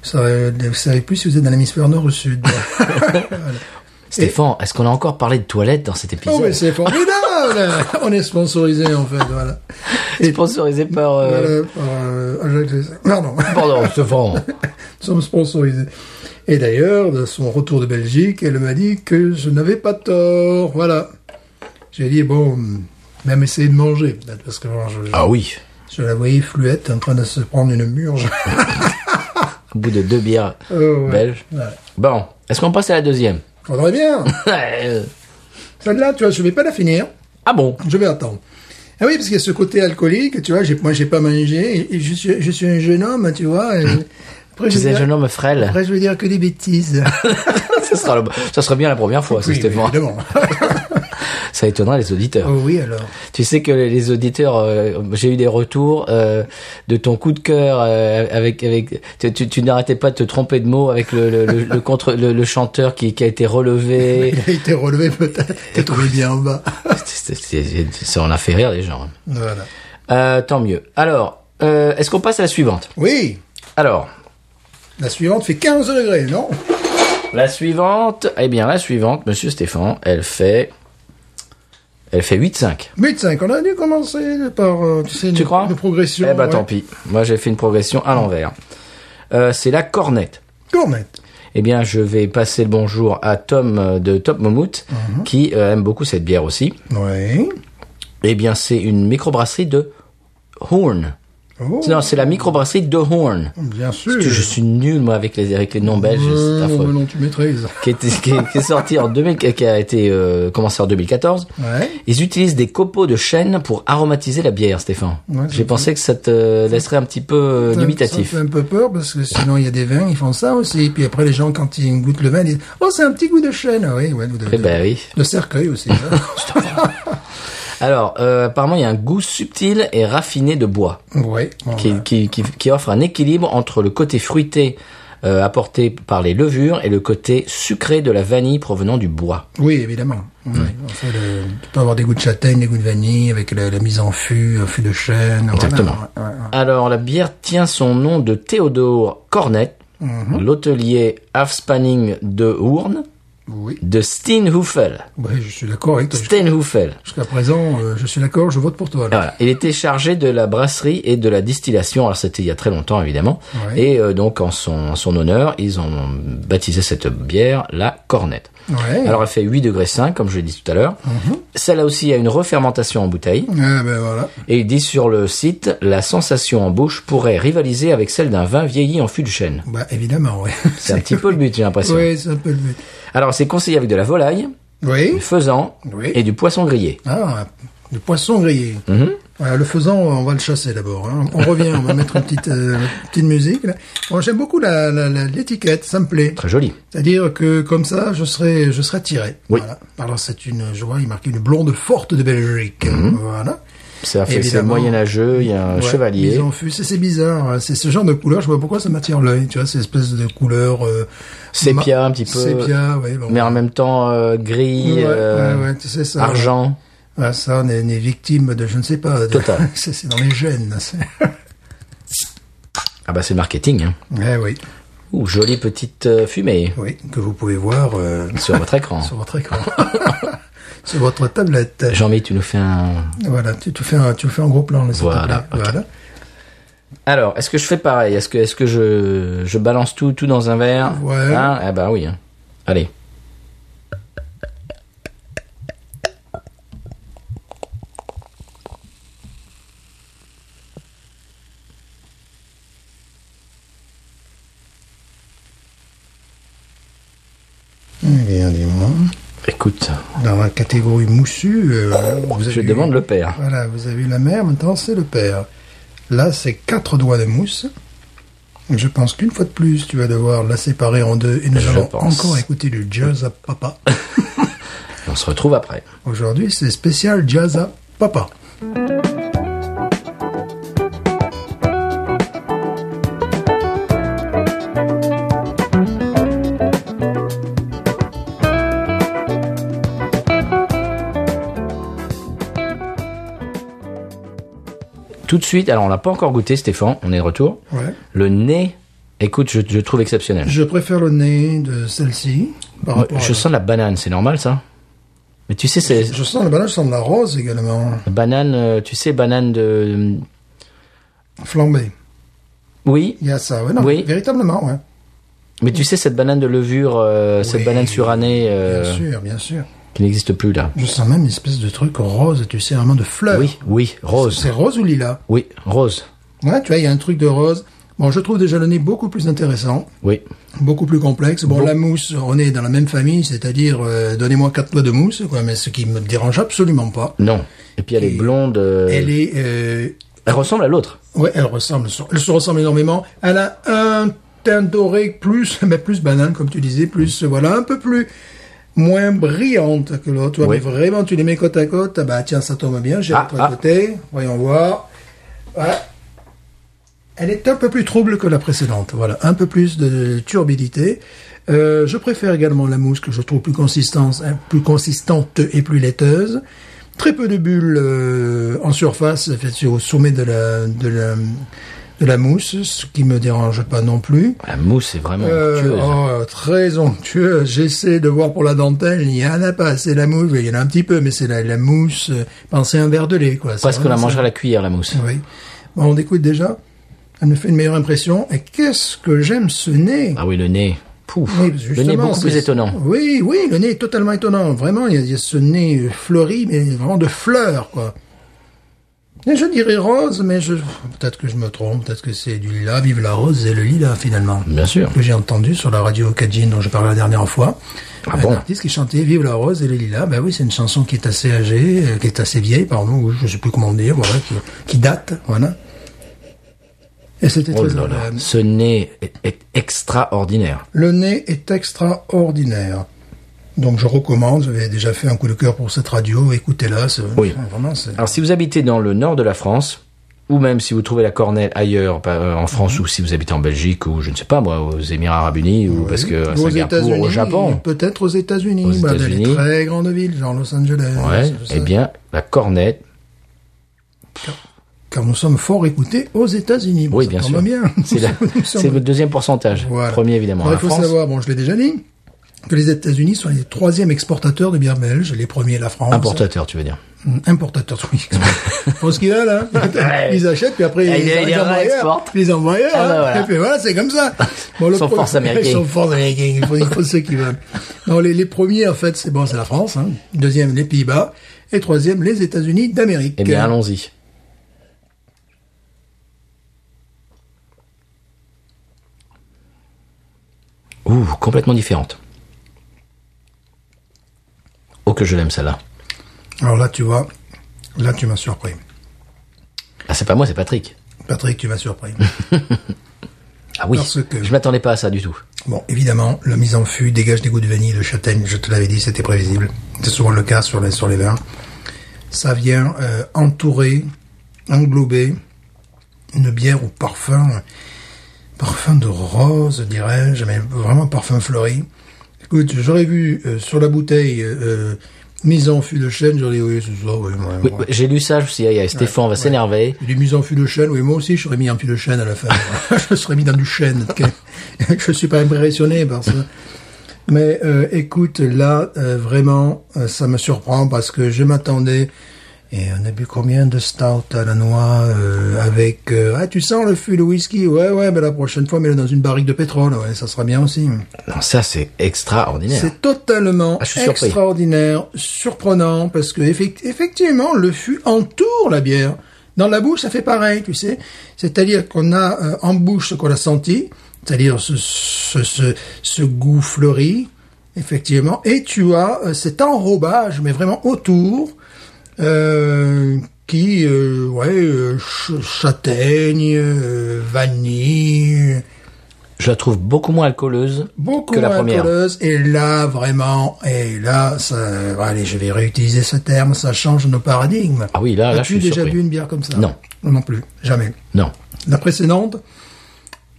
saurez, vous savez plus si vous êtes dans l'hémisphère nord ou sud. Stéphane, est-ce qu'on a encore parlé de toilettes dans cet épisode oh, mais c'est formidable! On est sponsorisé, en fait, voilà. Et Sponsorisé par... euh, voilà, par, euh, Ajax Lessa- Non, non, nous Pardon, Stéphane. sommes sponsorisés. Et d'ailleurs, de son retour de Belgique, elle m'a dit que je n'avais pas tort, voilà. J'ai dit, bon, même essayer de manger, peut-être, parce que bon, je- Ah oui. Je la voyais fluette en train de se prendre une murge. Au bout de deux bières Euh, ouais. belges. Ouais. Bon, est-ce qu'on passe à la deuxième Faudrait bien. Ah Celle-là, tu vois, je vais pas la finir. bon Je vais attendre. Ah oui, parce qu'il y a ce côté alcoolique, tu vois, j'ai, moi j'ai pas mangé, et- et je suis, je suis un jeune homme, tu vois. et- Hum. Tu Après, je vais es un dire- jeune homme frêle. après, je vais dire que des bêtises. ça, sera le- ça sera bien la première fois, ça, Oui, Stéphane. évidemment. Ça étonnera les auditeurs. Oh oui, alors. Tu sais que les auditeurs, euh, j'ai eu des retours euh, de ton coup de cœur euh, avec avec. Tu, tu, tu n'arrêtais pas de te tromper de mots avec le le, le, le contre le, le chanteur qui, qui a été relevé. Il a été relevé peut-être. T'es trouvé bien en bas. C'est- c'est- c'est- ça en a fait rire les gens. Voilà. Euh, tant mieux. Alors, euh, est-ce qu'on passe à la suivante Oui, Alors, la suivante fait 15 degrés, non la suivante. Eh bien, la suivante, Monsieur Stéphane, elle fait. Elle fait 8,5. 8,5, on a dû commencer par, euh, tu sais, Tu une, crois une progression. Eh ben ouais. tant pis. Moi j'ai fait une progression à l'envers. Euh, c'est la cornette. Cornette. Eh bien, je vais passer le bonjour à Tom euh, de Top Momout, Mhm. qui euh, aime beaucoup cette bière aussi. Oui. Eh bien, c'est une microbrasserie de Horn. Oh, Non, c'est la microbrasserie de Horn. bien sûr. Je suis nul, moi, avec les, avec les noms belges. c'est Euh, affreux. non, mais non, tu maîtrises. Qui, est, qui, est, qui est sorti en 2000, qui a été euh, commencé en 2014. Ouais. Ils utilisent des copeaux de chêne pour aromatiser la bière, Stéphane. Ouais, J'ai c'est pensé que ça te laisserait un petit peu euh, Ça- limitatif. Ça fait un peu peur parce que sinon il y a des vins, ils font ça aussi. Et puis après les gens quand ils goûtent le vin, ils disent ben. oh c'est un petit goût de chêne. Ah Oui, ouais, de, Eh ben oui. de cercueil aussi. hein. Alors, euh, apparemment, il y a un goût subtil et raffiné de bois Ouais. bon, qui, voilà. qui- qui- qui offre un équilibre entre le côté fruité euh, apporté par les levures et le côté sucré de la vanille provenant du bois. Oui, évidemment. Ouais. Hmm. Enfin, le- tu peux avoir des goûts de châtaigne, des goûts de vanille, avec la, la mise en fût, un fût de chêne. voilà. Exactement. Ouais, ouais, ouais. Alors, la bière tient son nom de Théodore Cornet, Mhm. l'hôtelier Afspanning de Hoorn, Oui, de Steenhoefel. Ouais, je suis d'accord avec toi. Jusqu'- Steenhoefel. Jusqu'à présent, euh, je suis d'accord, je vote pour toi. là. Voilà. Il était chargé de la brasserie et de la distillation. Alors c'était il y a très longtemps évidemment. Ouais. Et euh, donc en son, en son honneur, ils ont baptisé cette bière la Cornette. Ouais. Ah Alors elle fait 8 degrés 5 comme je l'ai dit tout à l'heure. Mhm. Celle-là aussi a une refermentation en bouteille. Ah, ben voilà. Et il dit sur le site, la sensation en bouche pourrait rivaliser avec celle d'un vin vieilli en fût de chêne. Bah, évidemment, oui. C'est un petit peu le but j'ai l'impression. Oui, c'est un peu le but. Alors c'est conseillé avec de la volaille, Oui. du faisan Oui. et du poisson grillé. Ah, du poisson grillé. Mhm. Voilà, le faisant, euh, on va le chasser d'abord. hein. On revient, on va mettre une petite, euh, petite musique. là. Bon, J'aime beaucoup la- la- la- l'étiquette, ça me plaît. Très joli. C'est-à-dire que comme ça, je serai, je serai attiré. Oui. Voilà. Alors c'est une joie, il marque une blonde forte de Belgique. Voilà. Ça fait c'est Évidemment. moyenâgeux, il y a Mhm. un Ouais, chevalier. Mise en fût, c'est c'est bizarre. hein. C'est ce genre de couleur, je vois pourquoi ça m'attire l'œil. Tu vois, ces espèces de couleurs. Euh, Sépia, ma- un petit peu. Sépia, oui. Bon. mais en même temps euh, gris, Ouais, euh, ouais, ouais, tu sais ça. argent. Ah, ça, on est, on est victime de je ne sais pas. de- Total. c'est c'est dans les gènes. c'est- Ah bah c'est le marketing. Hein. Eh oui, Ouh, jolie petite euh, fumée oui, que vous pouvez voir euh, sur votre écran. sur votre écran, sur votre tablette. Jean-Mi, tu nous fais un... Voilà, tu, tu fais un, tu le fais en gros plan, là, s'il te Voilà, plaît. ok. voilà. Alors, est-ce que je fais pareil Est-ce que, est-ce que je, je balance tout, tout dans un verre Ouais. Hein ah bah oui. hein. Allez. Eh bien, dis-moi, Écoute, dans la catégorie moussu, euh, vous avez Oh, je eu- demande le père. Voilà, vous avez eu la mère, maintenant c'est le père. Là, c'est quatre doigts de mousse. Je pense qu'une fois de plus, tu vas devoir la séparer en deux et nous Je allons pense. encore écouter du jazz à papa. On se retrouve après. Aujourd'hui, c'est spécial jazz à papa. Tout de suite, alors on l'a pas encore goûté Stéphane, on est de retour. Ouais. Le nez, écoute, je, je trouve exceptionnel. Oh, Je préfère le nez de celle-ci. par rapport à Je la- sens la banane, c'est normal ça Mais tu sais, c'est... Je sens la banane, je sens de la rose également, Banane, euh, tu sais, banane de... euh, flambée. Oui, Il y a ça, ouais, non, Oui. véritablement, ouais. mais tu sais, cette banane de levure, euh, cette Oui, banane surannée euh, Bien sûr, bien sûr. qui n'existe plus là. Je sens même une espèce de truc rose, tu sais, vraiment de fleurs. Oui, oui, rose. C'est rose ou lilas Oui, rose. Ouais, tu vois, il y a un truc de rose. Bon, je trouve déjà le nez beaucoup plus intéressant, Oui. beaucoup plus complexe. Bon, la mousse, on est dans la même famille, c'est-à-dire, euh, donnez-moi quatre doigts de mousse, quoi, mais ce qui me dérange absolument pas. Non. Et puis elle est Et blonde. euh, Elle est, euh, elle ressemble à l'autre. ouais, elle ressemble, elle se ressemble énormément. Elle a un teint doré plus, mais plus banane, comme tu disais, plus, euh, voilà, un peu plus, moins brillante que l'autre. Tu vois, Oui. mais vraiment, tu les mets côte à côte, bah, tiens, ça tombe bien, j'ai Ah, l'autre ah. à côté, voyons voir. Voilà. Elle est un peu plus trouble que la précédente. Voilà, un peu plus de turbidité. Euh, je préfère également la mousse que je trouve plus consistante, hein, plus consistante et plus laiteuse. Très peu de bulles euh, en surface, en fait, sur- au sommet de la, de la de la mousse, ce qui me dérange pas non plus. La mousse est vraiment Euh, onctueuse. oh, très onctueux. J'essaie de voir pour la dentelle, il y en a pas. C'est la mousse, il y en a un petit peu, mais c'est la, la mousse. euh, Pensez à un verre de lait, quoi. C'est Presque qu'on la vraiment ça. mangerait à la cuillère, la mousse. Oui. Bon, on écoute déjà. Elle nous fait une meilleure impression. Et qu'est-ce que j'aime ce nez Ah oui, le nez. Pouf. Oui, le nez est justement, beaucoup plus c'est- étonnant. Oui, oui, le nez est totalement étonnant. Vraiment, il y a, il y a ce nez euh, fleuri, mais vraiment de fleurs, quoi. Et je dirais rose, mais je... peut-être que je me trompe, peut-être que c'est du lilas, vive la rose et le lilas, finalement. Bien sûr. Que j'ai entendu sur la radio Kajin dont je parlais la dernière fois. Ah bon Un artiste qui chantait Vive la rose et le lilas. Ben oui, c'est une chanson qui est assez âgée, euh, qui est assez vieille, pardon, ou je sais plus comment dire, voilà, qui, qui date, voilà. Et c'était Oh très là là. agréable. Ce nez est, est extraordinaire. Le nez est extraordinaire. Donc je recommande, j'avais déjà fait un coup de cœur pour cette radio, écoutez-la, c'est- Oui. Ah, vraiment c'est... Alors si vous habitez dans le nord de la France, ou même si vous trouvez la cornelle ailleurs, bah, euh, en France, Mhm. ou si vous habitez en Belgique, ou je ne sais pas moi, aux Émirats Arabes Unis, ou parce que à Ou aux Singapour, États-Unis, au Japon, peut-être aux États-Unis, Aux voilà, dans les États-Unis. très grandes villes, genre Los Angeles. ouais, tout ça. eh bien la cornette, Car nous sommes fort écoutés aux États-Unis. Bon, oui ça bien tombe sûr, bien. c'est la- Nous sommes- c'est le deuxième pourcentage, Voilà. premier évidemment Alors, la Bah, il faut France. savoir, bon, je l'ai déjà dit, que les États-Unis sont les troisièmes exportateurs de bière belge, les premiers la France. Importateur, tu veux dire. Mm, Importateurs, oui. excuse-moi. Pour ce qu'il a là, ils achètent puis après Et ils, Ah, il- il ils envoient ailleurs. réexporte. Ils les envoient ailleurs, Ah, bah, hein. voilà. Et puis voilà, c'est comme ça. Bon, Ils sont pro- force américaine. Ils sont force américaine. Il faut, il faut ceux qui veulent. Non, les, les premiers en fait, c'est bon, c'est la France. Hein. Deuxième, les Pays-Bas. Et troisième, les États-Unis d'Amérique. Eh bien allons-y. Ouh, complètement différente. Oh que je l'aime celle-là. Alors là, tu vois, là, tu m'as surpris. Ah c'est pas moi, c'est Patrick. Patrick, tu m'as surpris. Ah oui, Parce que- je m'attendais pas à ça du tout. Bon, évidemment, la mise en fût dégage des goûts de vanille et de châtaigne. Je te l'avais dit, c'était prévisible. C'est souvent le cas sur les, sur les vins. Ça vient euh, entourer, englober une bière au parfum, parfum de rose, dirais-je, mais vraiment parfum fleuri. Écoute, j'aurais vu euh, sur la bouteille euh, mise en fût de chêne, j'aurais dit oui, c'est ça, oui, ouais, Oui, Ah, ouais. bah, j'ai lu ça, je me suis dit, aïe, aïe, Stéphane va s'énerver. Il est mis en fût de chêne, oui, moi aussi, je serais mis en fût de chêne à la fin. je serais mis dans du chêne. ok. je suis pas impressionné par ça. Mais euh, écoute, là, euh, vraiment, euh, ça me surprend parce que je m'attendais. Et on a bu combien de stout à la noix euh, avec... euh, ah, tu sens le fût de whisky Ouais, ouais, mais la prochaine fois, mets-le dans une barrique de pétrole. Ouais, ça sera bien aussi. Non, ça, c'est extraordinaire. C'est totalement Ah, je suis surpris. extraordinaire, surprenant, parce que effect- effectivement, le fût entoure la bière. Dans la bouche, ça fait pareil, tu sais. C'est-à-dire qu'on a euh, en bouche ce qu'on a senti, c'est-à-dire ce, ce, ce, ce goût fleuri, effectivement, et tu as euh, cet enrobage, mais vraiment autour, euh, qui, euh, ouais, euh, ch- châtaigne, euh, vanille, Je la trouve beaucoup moins alcooleuse beaucoup que la moins première. alcooleuse. Et là, vraiment, et là, ça, allez, je vais réutiliser ce terme, ça change nos paradigmes. Ah oui, là, là, je As-tu suis déjà surpris. bu une bière comme ça Non. Non plus, jamais. Non. La précédente,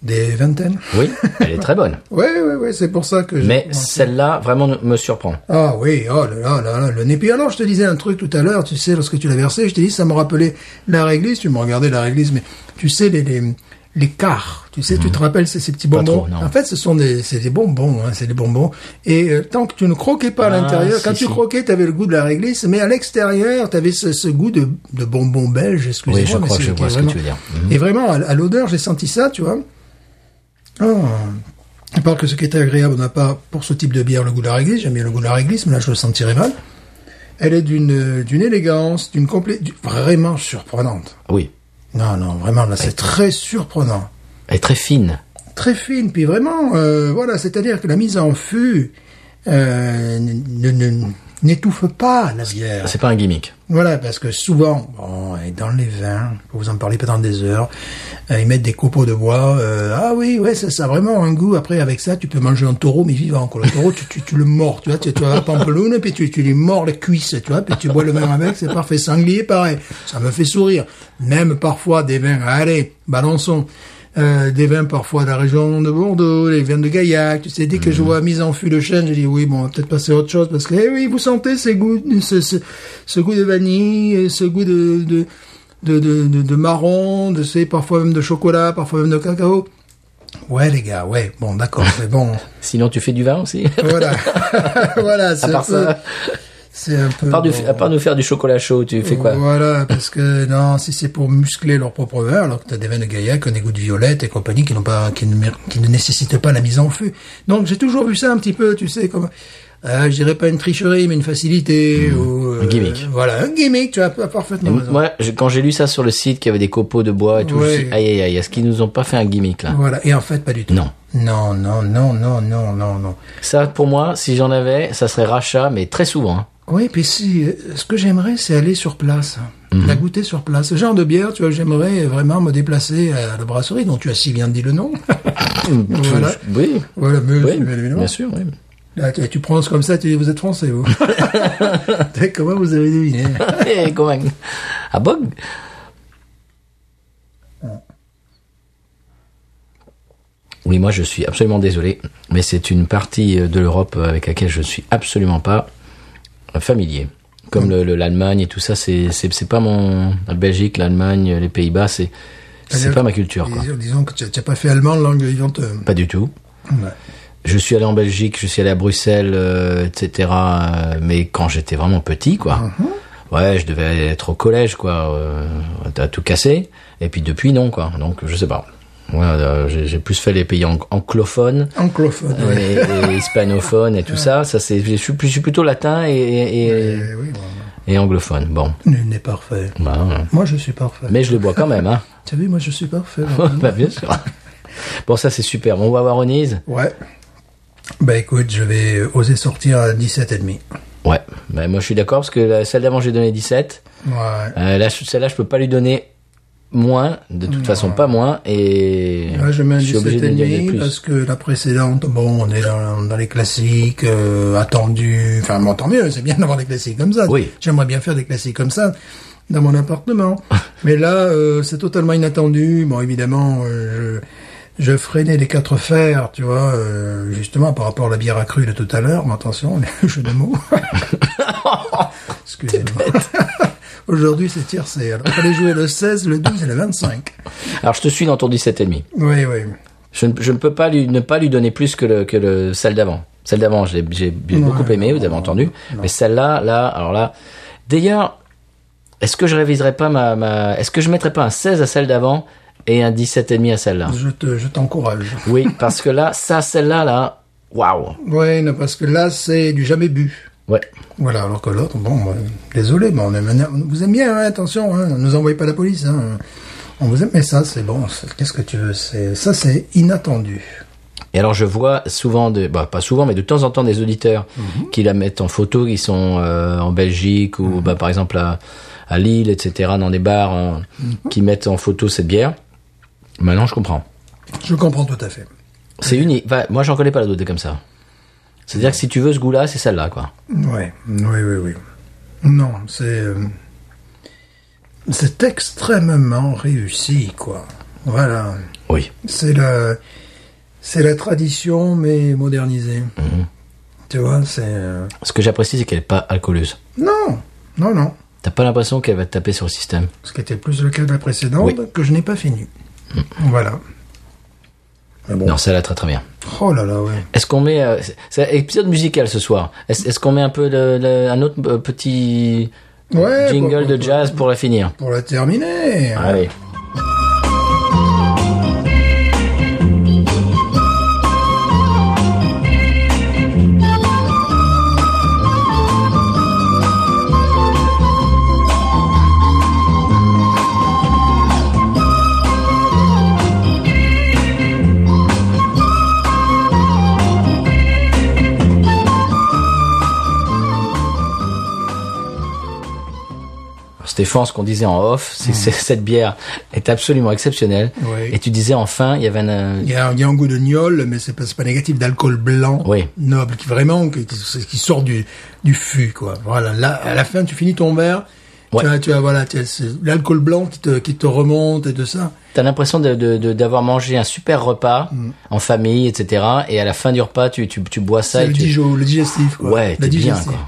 des vingtaines. Oui, elle est très bonne. Ouais, ouais, ouais, c'est pour ça que. je- Mais celle-là, vraiment, me surprend. Ah oui, oh là là là là, le nez. Puis alors, je te disais un truc tout à l'heure, tu sais, lorsque tu l'as versé, je t'ai dit, ça me rappelait la réglisse, tu me regardais la réglisse, mais tu sais, les, les, les quarts, tu sais, tu te rappelles ces, ces petits Mhm. Pas bonbons. trop, non. en fait, ce sont des, c'est des bonbons, hein, c'est des bonbons. Et euh, tant que tu ne croquais pas à Ah, l'intérieur, si, quand tu si. croquais, tu avais le goût de la réglisse, mais à l'extérieur, tu avais ce, ce goût de, de bonbon belge, excusez-moi. Oui, je mais crois que c'est- je vois qui est ce que vraiment- tu veux dire. Mhm. Et vraiment, à, à l'odeur, j'ai senti ça, tu vois. Oh. À part que ce qui était agréable, on n'a pas, pour ce type de bière, le goût de la réglisse. J'aime bien le goût de la réglisse, mais là, je le sentirais mal. Elle est d'une, euh, d'une élégance, d'une complète, du- vraiment surprenante. Oui. Non, non, vraiment, là, c'est très surprenant. Elle est très fine. Très fine, puis vraiment, euh, voilà, c'est-à-dire que la mise en fût, euh, ne- ne- n'étouffe pas la bière. Ah, C'est pas un gimmick. Voilà, parce que souvent, bon, et dans les vins, pour vous en parler pendant des heures, euh, ils mettent des copeaux de bois. euh, ah oui, ouais, ça, ça a vraiment un goût. Après, avec ça, tu peux manger un taureau, mais vivant. Quoi. Le taureau, tu, tu, tu le mords, tu vois, tu, tu vas à la Pampelune, puis tu, tu lui mords les cuisses, tu vois, puis tu bois le vin avec, c'est parfait. Sanglier, pareil. Ça me fait sourire. Même parfois, des vins, allez, balançons. Euh, des vins parfois de la région de Bordeaux, les vins de Gaillac, tu sais, dès que je Hmm. vois mise en fût de chêne, je dis oui, bon, on va peut-être passer à autre chose, parce que, eh oui, vous sentez ces goûts, ce, ce, ce goût de vanille, et ce goût de, de, de, de, de, de marron, de, c'est parfois même de chocolat, parfois même de cacao. Ouais, les gars, ouais, bon, d'accord, c'est bon. Sinon, tu fais du vin aussi Voilà. voilà, À c'est un part peu, ça, c'est un peu. à part, du- bon. à part nous faire du chocolat chaud, tu fais quoi Voilà, parce que non, si c'est pour muscler leur propre vin, alors que t'as des vins de Gaillac, des goûts de violette et compagnie qui n'ont pas, qui ne, mér- qui ne nécessitent pas la mise en fût. Donc j'ai toujours vu ça un petit peu, tu sais, comme, euh, je dirais pas une tricherie, mais une facilité ou euh, Hmm. un gimmick. Voilà, un gimmick, tu as parfaitement raison. Moi, je- quand j'ai lu ça sur le site, qu'il y avait des copeaux de bois et tout, je me suis dit, Ouais. aïe, aïe, aïe, est-ce qu'ils nous ont pas fait un gimmick là Voilà, et en fait pas du tout. Non. Non, non, non, non, non, non, non. Ça, pour moi, si j'en avais, ça serait rachat, mais très souvent. hein. Oui, puis si, euh, ce que j'aimerais, c'est aller sur place, Mhm. la goûter sur place. Ce genre de bière, tu vois, j'aimerais vraiment me déplacer à la brasserie dont tu as si bien dit le nom. Voilà. Oui, Voilà, mais, oui, bien évidemment. bien sûr, oui. Là, tu, tu prononces comme ça, tu dis, vous êtes français, vous. T'es- Comment vous avez deviné Eh, quand même. Ah, Bog Oui, moi je suis absolument désolé, mais c'est une partie euh, de l'Europe avec laquelle je suis absolument pas euh, familier. Comme le- le- l'Allemagne et tout ça, c'est c'est c'est pas mon. La Belgique, l'Allemagne, les Pays-Bas, c'est c'est pas ma culture, quoi. Disons, disons que tu n'as pas fait allemand, langue vivante. euh, Pas du tout. ouais. Je suis allé en Belgique, je suis allé à Bruxelles, euh, etc. euh, mais quand j'étais vraiment petit, quoi. Mhm. Ouais, je devais être au collège, quoi. Euh, T'as tout cassé. Et puis depuis, non, quoi. Donc, je sais pas. Ouais, euh, j'ai j'ai plus fait les pays ang- anglophones Anglophone, euh, ouais. et, et hispanophones et tout ça. Ça, c'est. Je suis, plus- je suis plutôt latin et, et, et- Eh oui, bon, et anglophone. Bon. nul n'est parfait. Bah, ouais. Moi, je suis parfait. mais je le bois quand même, hein. Tu as vu, moi, je suis parfait. bah, bien sûr. Bon, ça, c'est super. Bon, on va voir Onise. ouais. Bah écoute, je vais oser sortir à 17,5. Ouais. Bah, moi, je suis d'accord parce que la- celle d'avant, j'ai donné 17. Ouais. Euh, là, je- celle-là, je peux pas lui donner moins, de toute façon pas moins, et Là, je mets un je suis obligé de lui donner 17,5 parce que la précédente, bon, on est dans, dans les classiques euh, attendus. Enfin, bon, tant mieux, c'est bien d'avoir des classiques comme ça. Oui. J'aimerais bien faire des classiques comme ça dans mon appartement. Mais là, euh, c'est totalement inattendu. Bon, évidemment, euh, je, je freinais les quatre fers, tu vois, euh, justement par rapport à la bière accrue de tout à l'heure. Mais attention, le jeu de mots. Excusez-moi. Aujourd'hui, c'est tiercé. Alors, il fallait jouer le 16, le 12 et le 25. Alors, je te suis dans ton 17,5. Oui, oui. Je ne, je ne peux pas lui, ne pas lui donner plus que, le, que le, celle d'avant. Celle d'avant, j'ai j'ai beaucoup aimé, vous avez entendu. Mais celle-là, là, alors là. D'ailleurs, est-ce que je réviserai pas ma, ma est-ce que je mettrais pas un 16 à celle d'avant et un 17,5 à celle-là? Je te, je t'encourage. Oui, parce que là, ça, celle-là, là, waouh! Ouais, non, parce que là, c'est du jamais bu. Ouais. Voilà, alors que l'autre, bon, euh, désolé, mais on aime- on aime- vous aime bien, hein, attention, hein, ne nous envoyez pas la police. Hein. On vous aime, mais ça, c'est bon, c'est- qu'est-ce que tu veux c'est Ça, c'est inattendu. Et alors je vois souvent, de, bah, pas souvent, mais de temps en temps des auditeurs qui la mettent en photo, qui sont euh, en Belgique ou bah, par exemple à, à Lille, etc., dans des bars, hein, qui mettent en photo cette bière. Maintenant je comprends. Je comprends tout à fait. C'est unique. Enfin, moi j'en connais pas la d'autres comme ça. C'est-à-dire que si tu veux ce goût-là, c'est celle-là, quoi. Ouais, oui, oui, oui. Non, c'est. euh, c'est extrêmement réussi, quoi. Voilà. Oui. C'est la, c'est la tradition, mais modernisée. Tu vois, c'est. euh, Ce que j'apprécie, c'est qu'elle est pas alcooleuse. Non, non, non. T'as pas l'impression qu'elle va te taper sur le système. ce qui était plus le cas de la précédente, Oui. que je n'ai pas fini. Voilà. Mais bon. Non, celle-là très très bien. Oh là là, ouais. Est-ce qu'on met euh, c'est- c'est un épisode musical ce soir Est-ce est-ce qu'on met un peu le- le- un autre euh, petit Ouais, jingle pour- de jazz pour la finir Pour la terminer. Allez. Stéphane, ce qu'on disait en off, c'est que c'est- cette bière est absolument exceptionnelle. Hmm. Oui. Et tu disais enfin, il y avait un, euh, Il y, a, il y a un goût de gnôle, mais c'est pas, c'est pas négatif d'alcool blanc Oui. noble qui vraiment qui, qui- qui sort du du fût quoi. Voilà, là à la fin tu finis ton verre, Ouais. tu as, tu as voilà, tu as ce- l'alcool blanc qui te qui te remonte et tout ça. t'as l'impression de- de- de- d'avoir mangé un super repas Hmm. en famille, etc. Et à la fin du repas, tu, tu, tu bois ça C'est et le tu... dijo, le digestif quoi. Ouais, La t'es bien, digestive. quoi.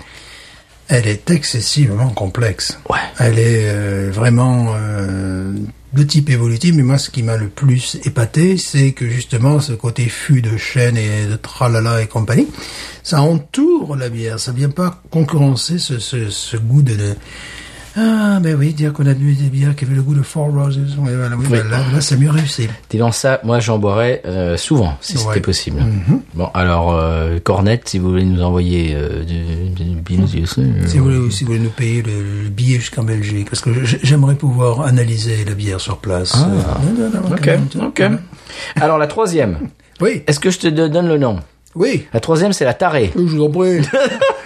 Elle est excessivement complexe. Ouais. Elle est euh, vraiment euh, de type évolutif, mais moi ce qui m'a le plus épaté, c'est que justement ce côté fût de chêne et de tralala et compagnie, ça entoure la bière, ça vient pas concurrencer ce, ce, ce goût de... de- Ah ben oui, dire qu'on a bu des bières qui avaient le goût de Four Roses, ouais, voilà, oui, bah là, là, c'est mieux réussi. T'es dans ça, moi j'en boirais euh, souvent, si Ouais. Mhm. c'était possible. Bon, alors, euh, Cornette, si vous voulez nous envoyer euh, du, du- du- du- euh, Si vous, voulez, si vous voulez nous payer le, le billet jusqu'en Belgique, parce que j- j'aimerais pouvoir analyser la bière sur place. Euh, non, non, non, Ah. Ok, quand même, tu- ok. Alors la troisième, Oui, est-ce que je te donne le nom oui. La troisième, c'est la tarée. Je vous en prie.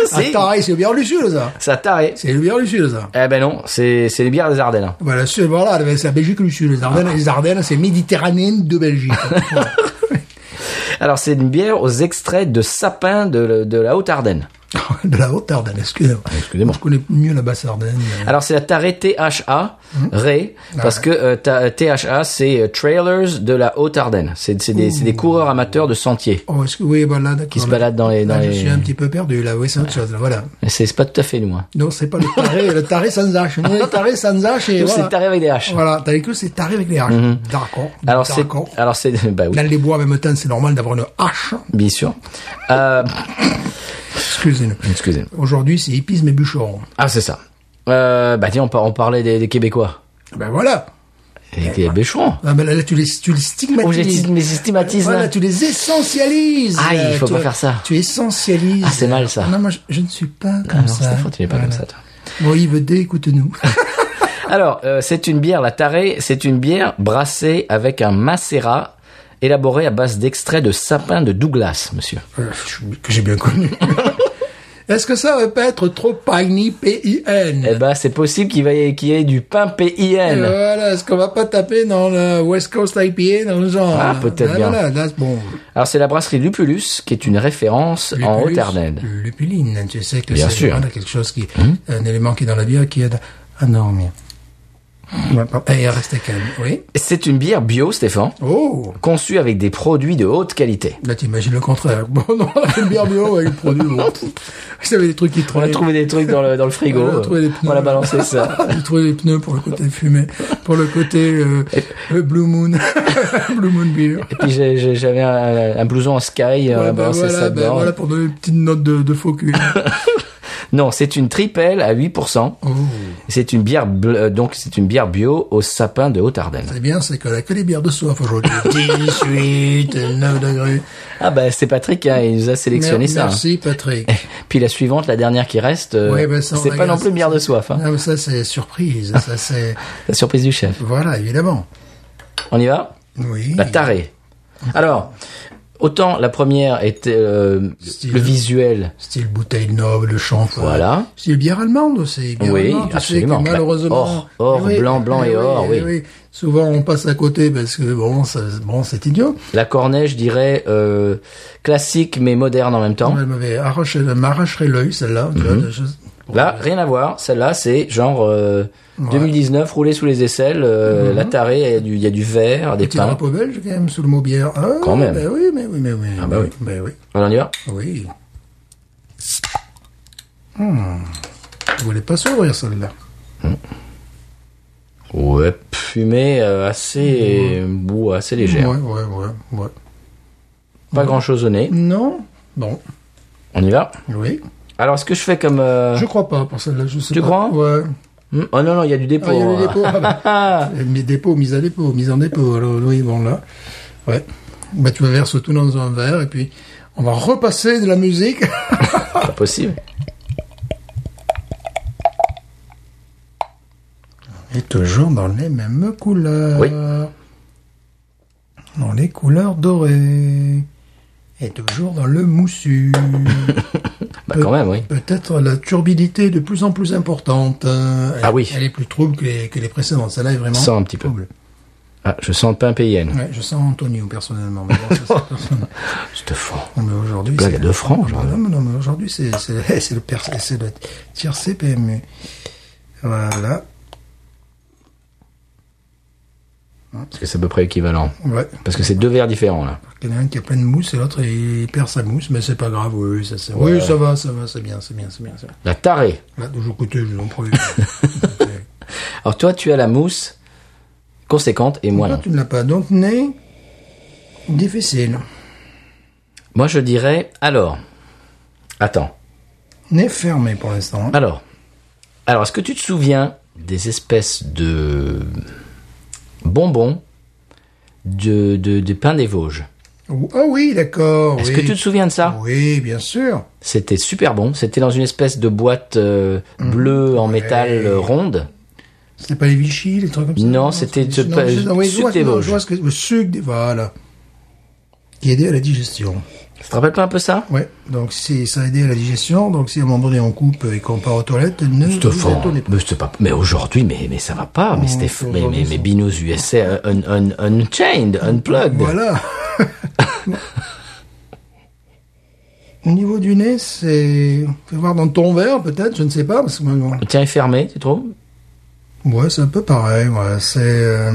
Si. Attends, hey, c'est le bière du Sud, ça. C'est la tarée. C'est le bière du Sud, ça. Eh ben non, c'est c'est les bières des Ardennes. hein. Voilà, c'est voilà, Ah. c'est la Belgique du Sud. Les Ardennes, les Ardennes c'est Méditerranée de Belgique. Alors, c'est une bière aux extraits de sapin de, le- de la Haute-Ardenne. de la haute Ardenne, excusez-moi. Ah, Excusez-moi. Je connais mieux la basse Ardenne. euh, Alors, c'est la tarée THA, Hum. Ray, parce que euh, ta- THA, c'est euh, Trailers de la Haute-Ardenne. C'est c'est des, c'est des coureurs amateurs de sentiers. Oh, est-ce que oui, voilà, d'accord. Qui se balade dans les- dans Là, les- Je suis un petit peu perdu là. Oui, c'est autre chose. Là, voilà. Et C'est c'est pas tout à fait nous. hein. Non, c'est pas le taré, le taré sans H. Nous, le taré sans H et Nous, voilà. c'est taré avec des haches. Voilà, t'as vu que c'est taré avec les H. D'accord. Alors, c'est... D'accord. Alors, c'est... Bah oui, Dans les bois, en même temps, c'est normal d'avoir une H. bien sûr. Euh, Excusez-nous. excusez-moi. Aujourd'hui, c'est épices mais bûcherons. Ah, c'est ça. Euh, bah tiens, on, par- on parlait des, des Québécois. Ben voilà. Les Québécois. Ah, ben là, là, tu les, tu les Oh, j'ai stigmatises. stigma- j'ai stigmatise, Voilà, là. tu les essentialises. Aïe, Euh, faut tu- pas faire ça. Tu essentialises. Ah, c'est mal, ça. Non, moi, je, je ne suis pas Ah comme non, ça. Stéphane, tu n'es pas comme Voilà. ça, toi. Bon, Yves D, écoute-nous. Alors, euh, c'est une bière, la tarée, c'est une bière brassée avec un macérat élaboré à base d'extraits de sapin de Douglas, monsieur. Euh, que j'ai bien connu. Est-ce que ça va pas être trop piney, P-I-N Eh ben, c'est possible qu'il va y- qu'il y ait du pain Et PIN. Voilà, est-ce qu'on va pas taper dans le West Coast IPA dans le genre Ah, là peut-être Là, bien. Voilà, là, bon. Alors, c'est la brasserie Lupulus, qui est une référence en Lupulus, Haute-Ardenne. Lupuline, tu sais que Bien c'est sûr. Hmm. voilà, quelque chose qui, un élément qui est dans la bière qui aide à dormir. Ouais, pardon. Et restez calme, oui. C'est une bière bio, Stéphane, Oh conçue avec des produits de haute qualité. Là, t'imagines le contraire. Bon, non, on a fait une bière bio avec le produit. Bon. Vous savez, des trucs qui On a traînent. trouvé des trucs dans le, dans le frigo. On a trouvé des pneus. On a balancé ça. J'ai trouvé les pneus pour le côté fumé, pour le côté euh, euh, Blue Moon, Blue Moon Beer. Et puis j'ai- j'ai- j'avais un, un blouson en sky, euh, Voilà, on bah, balançait voilà, ça bah, dedans. voilà pour donner une petite note de, de focus. Non, c'est une tripelle à 8%. Oh, C'est une bière bl- euh, donc c'est une bière bio au sapin de Haute-Ardenne. c'est Eh bien, c'est qu'on a que les bières de soif aujourd'hui. 18, 9 degrés. Ah bah c'est Patrick, hein, il nous a sélectionné Mer- ça. hein. Merci Patrick. Puis la suivante, la dernière qui reste, euh, Ouais, bah, ça, on c'est la pas non garde. plus une bière de soif. hein. Ah, mais ça c'est surprise, ça c'est... La surprise du chef. Voilà, évidemment. On y va Oui. La tarée. Alors, autant la première était euh, Style. le visuel. Style bouteille noble, chanfre. Voilà. Style bière allemande aussi. Bière Oui, allemande, tu sais absolument. que Bah, malheureusement. or, or, Eh oui, blanc, blanc eh et or, eh oui. Souvent on passe à côté parce que bon, ça- bon c'est idiot. La cornet, je dirais euh, classique mais moderne en même temps. Elle m'avait arraché, elle m'arracherait l'œil celle-là. tu Mhm. vois, je- Là, rien à voir. Celle-là, c'est genre euh, 2019, roulé sous les aisselles, euh, la tarée, il y a du- il y, a du verre, des Mm-hmm. Petit pains. drapeau belge quand même sous le mot bière. Ah, Quand même. Ben oui, mais oui, mais oui. bah oui. Ben oui. Voilà, on y va Oui. Hmm. Vous voulez pas s'ouvrir celle-là Ouais, fumée euh, assez, bouh, assez Ouais, légère. ouais, ouais, ouais. Pas grand-chose au nez. Non Bon, On y va oui. Alors, est-ce que je fais comme... euh, Je crois pas pour celle-là, je sais Tu pas. crois Ouais. hmm Oh non, non, il y a du dépôt. Ah, il y a hein. le dépôt. Ah, bah. Mes dépôts, mise à dépôt, mise en dépôt. Alors, oui, bon, là. Ouais. Bah, tu verses tout dans un verre et puis on va repasser de la musique. Pas possible. Et toujours dans les mêmes couleurs. Oui. Dans les couleurs dorées. Et toujours dans le moussu. Bah quand même, oui. Peut-être la turbidité est de plus en plus importante. Euh, Ah elle- oui. Elle est plus trouble que les, que les précédentes. Celle-là est vraiment Sens un petit peu. trouble. Ah, je sens le pain PIN. Ouais, je sens Antonio personnellement. Mais bon, ça, c'est personnel. Je te fous. Non, mais aujourd'hui, Blague c'est- à deux francs, Ah, genre. Non, mais non, mais aujourd'hui, c'est c'est- c'est le, pers- c'est le tiers CPMU. Voilà. Parce que c'est à peu près équivalent. Ouais. Parce que c'est deux verres différents, là. Il y en a un qui a plein de mousse et l'autre il perd sa mousse, mais c'est pas grave, oui, ça, c'est- oui, ça va, ça va, c'est bien, c'est bien, c'est bien. c'est bien. La tarée. Là, de l'autre côté, je vous en prie. Alors toi, tu as la mousse conséquente et moi Toi, non. tu ne l'as pas. Donc, nez, difficile. Moi, je dirais... Alors... Attends. Nez fermé pour l'instant. hein. Alors, alors est-ce que tu te souviens des espèces de bonbons de, de, des pains des Vosges Ou- Ah oui, d'accord. Est-ce oui. que tu te souviens de ça Oui, bien sûr. C'était super bon. C'était dans une espèce de boîte euh, Mm. bleue en métal euh, ronde. C'était pas les Vichy, les trucs comme ça Non, c'était- c'est- pas- c'est- non, oui, je Sud vois- des non, Vosges. je vois ce que- Le sucre, des- voilà. Qui aidait à la digestion. Tu te rappelles pas un peu ça Ouais, donc si ça aidait à la digestion, donc si à un moment donné on coupe et qu'on part aux toilettes, ne vous Stéphane, étonnez pas. mais, c'est pas- mais aujourd'hui, mais, mais ça va pas. Mais, Stéph- mais, mais, mais Binous USA, un- un- un- Unchained, Unplugged. Voilà. Au niveau du nez, c'est. Faut voir dans ton verre, peut-être, je ne sais pas, parce que. bon, Le tien est fermé, tu trouves Ouais, c'est un peu pareil, ouais. C'est. euh,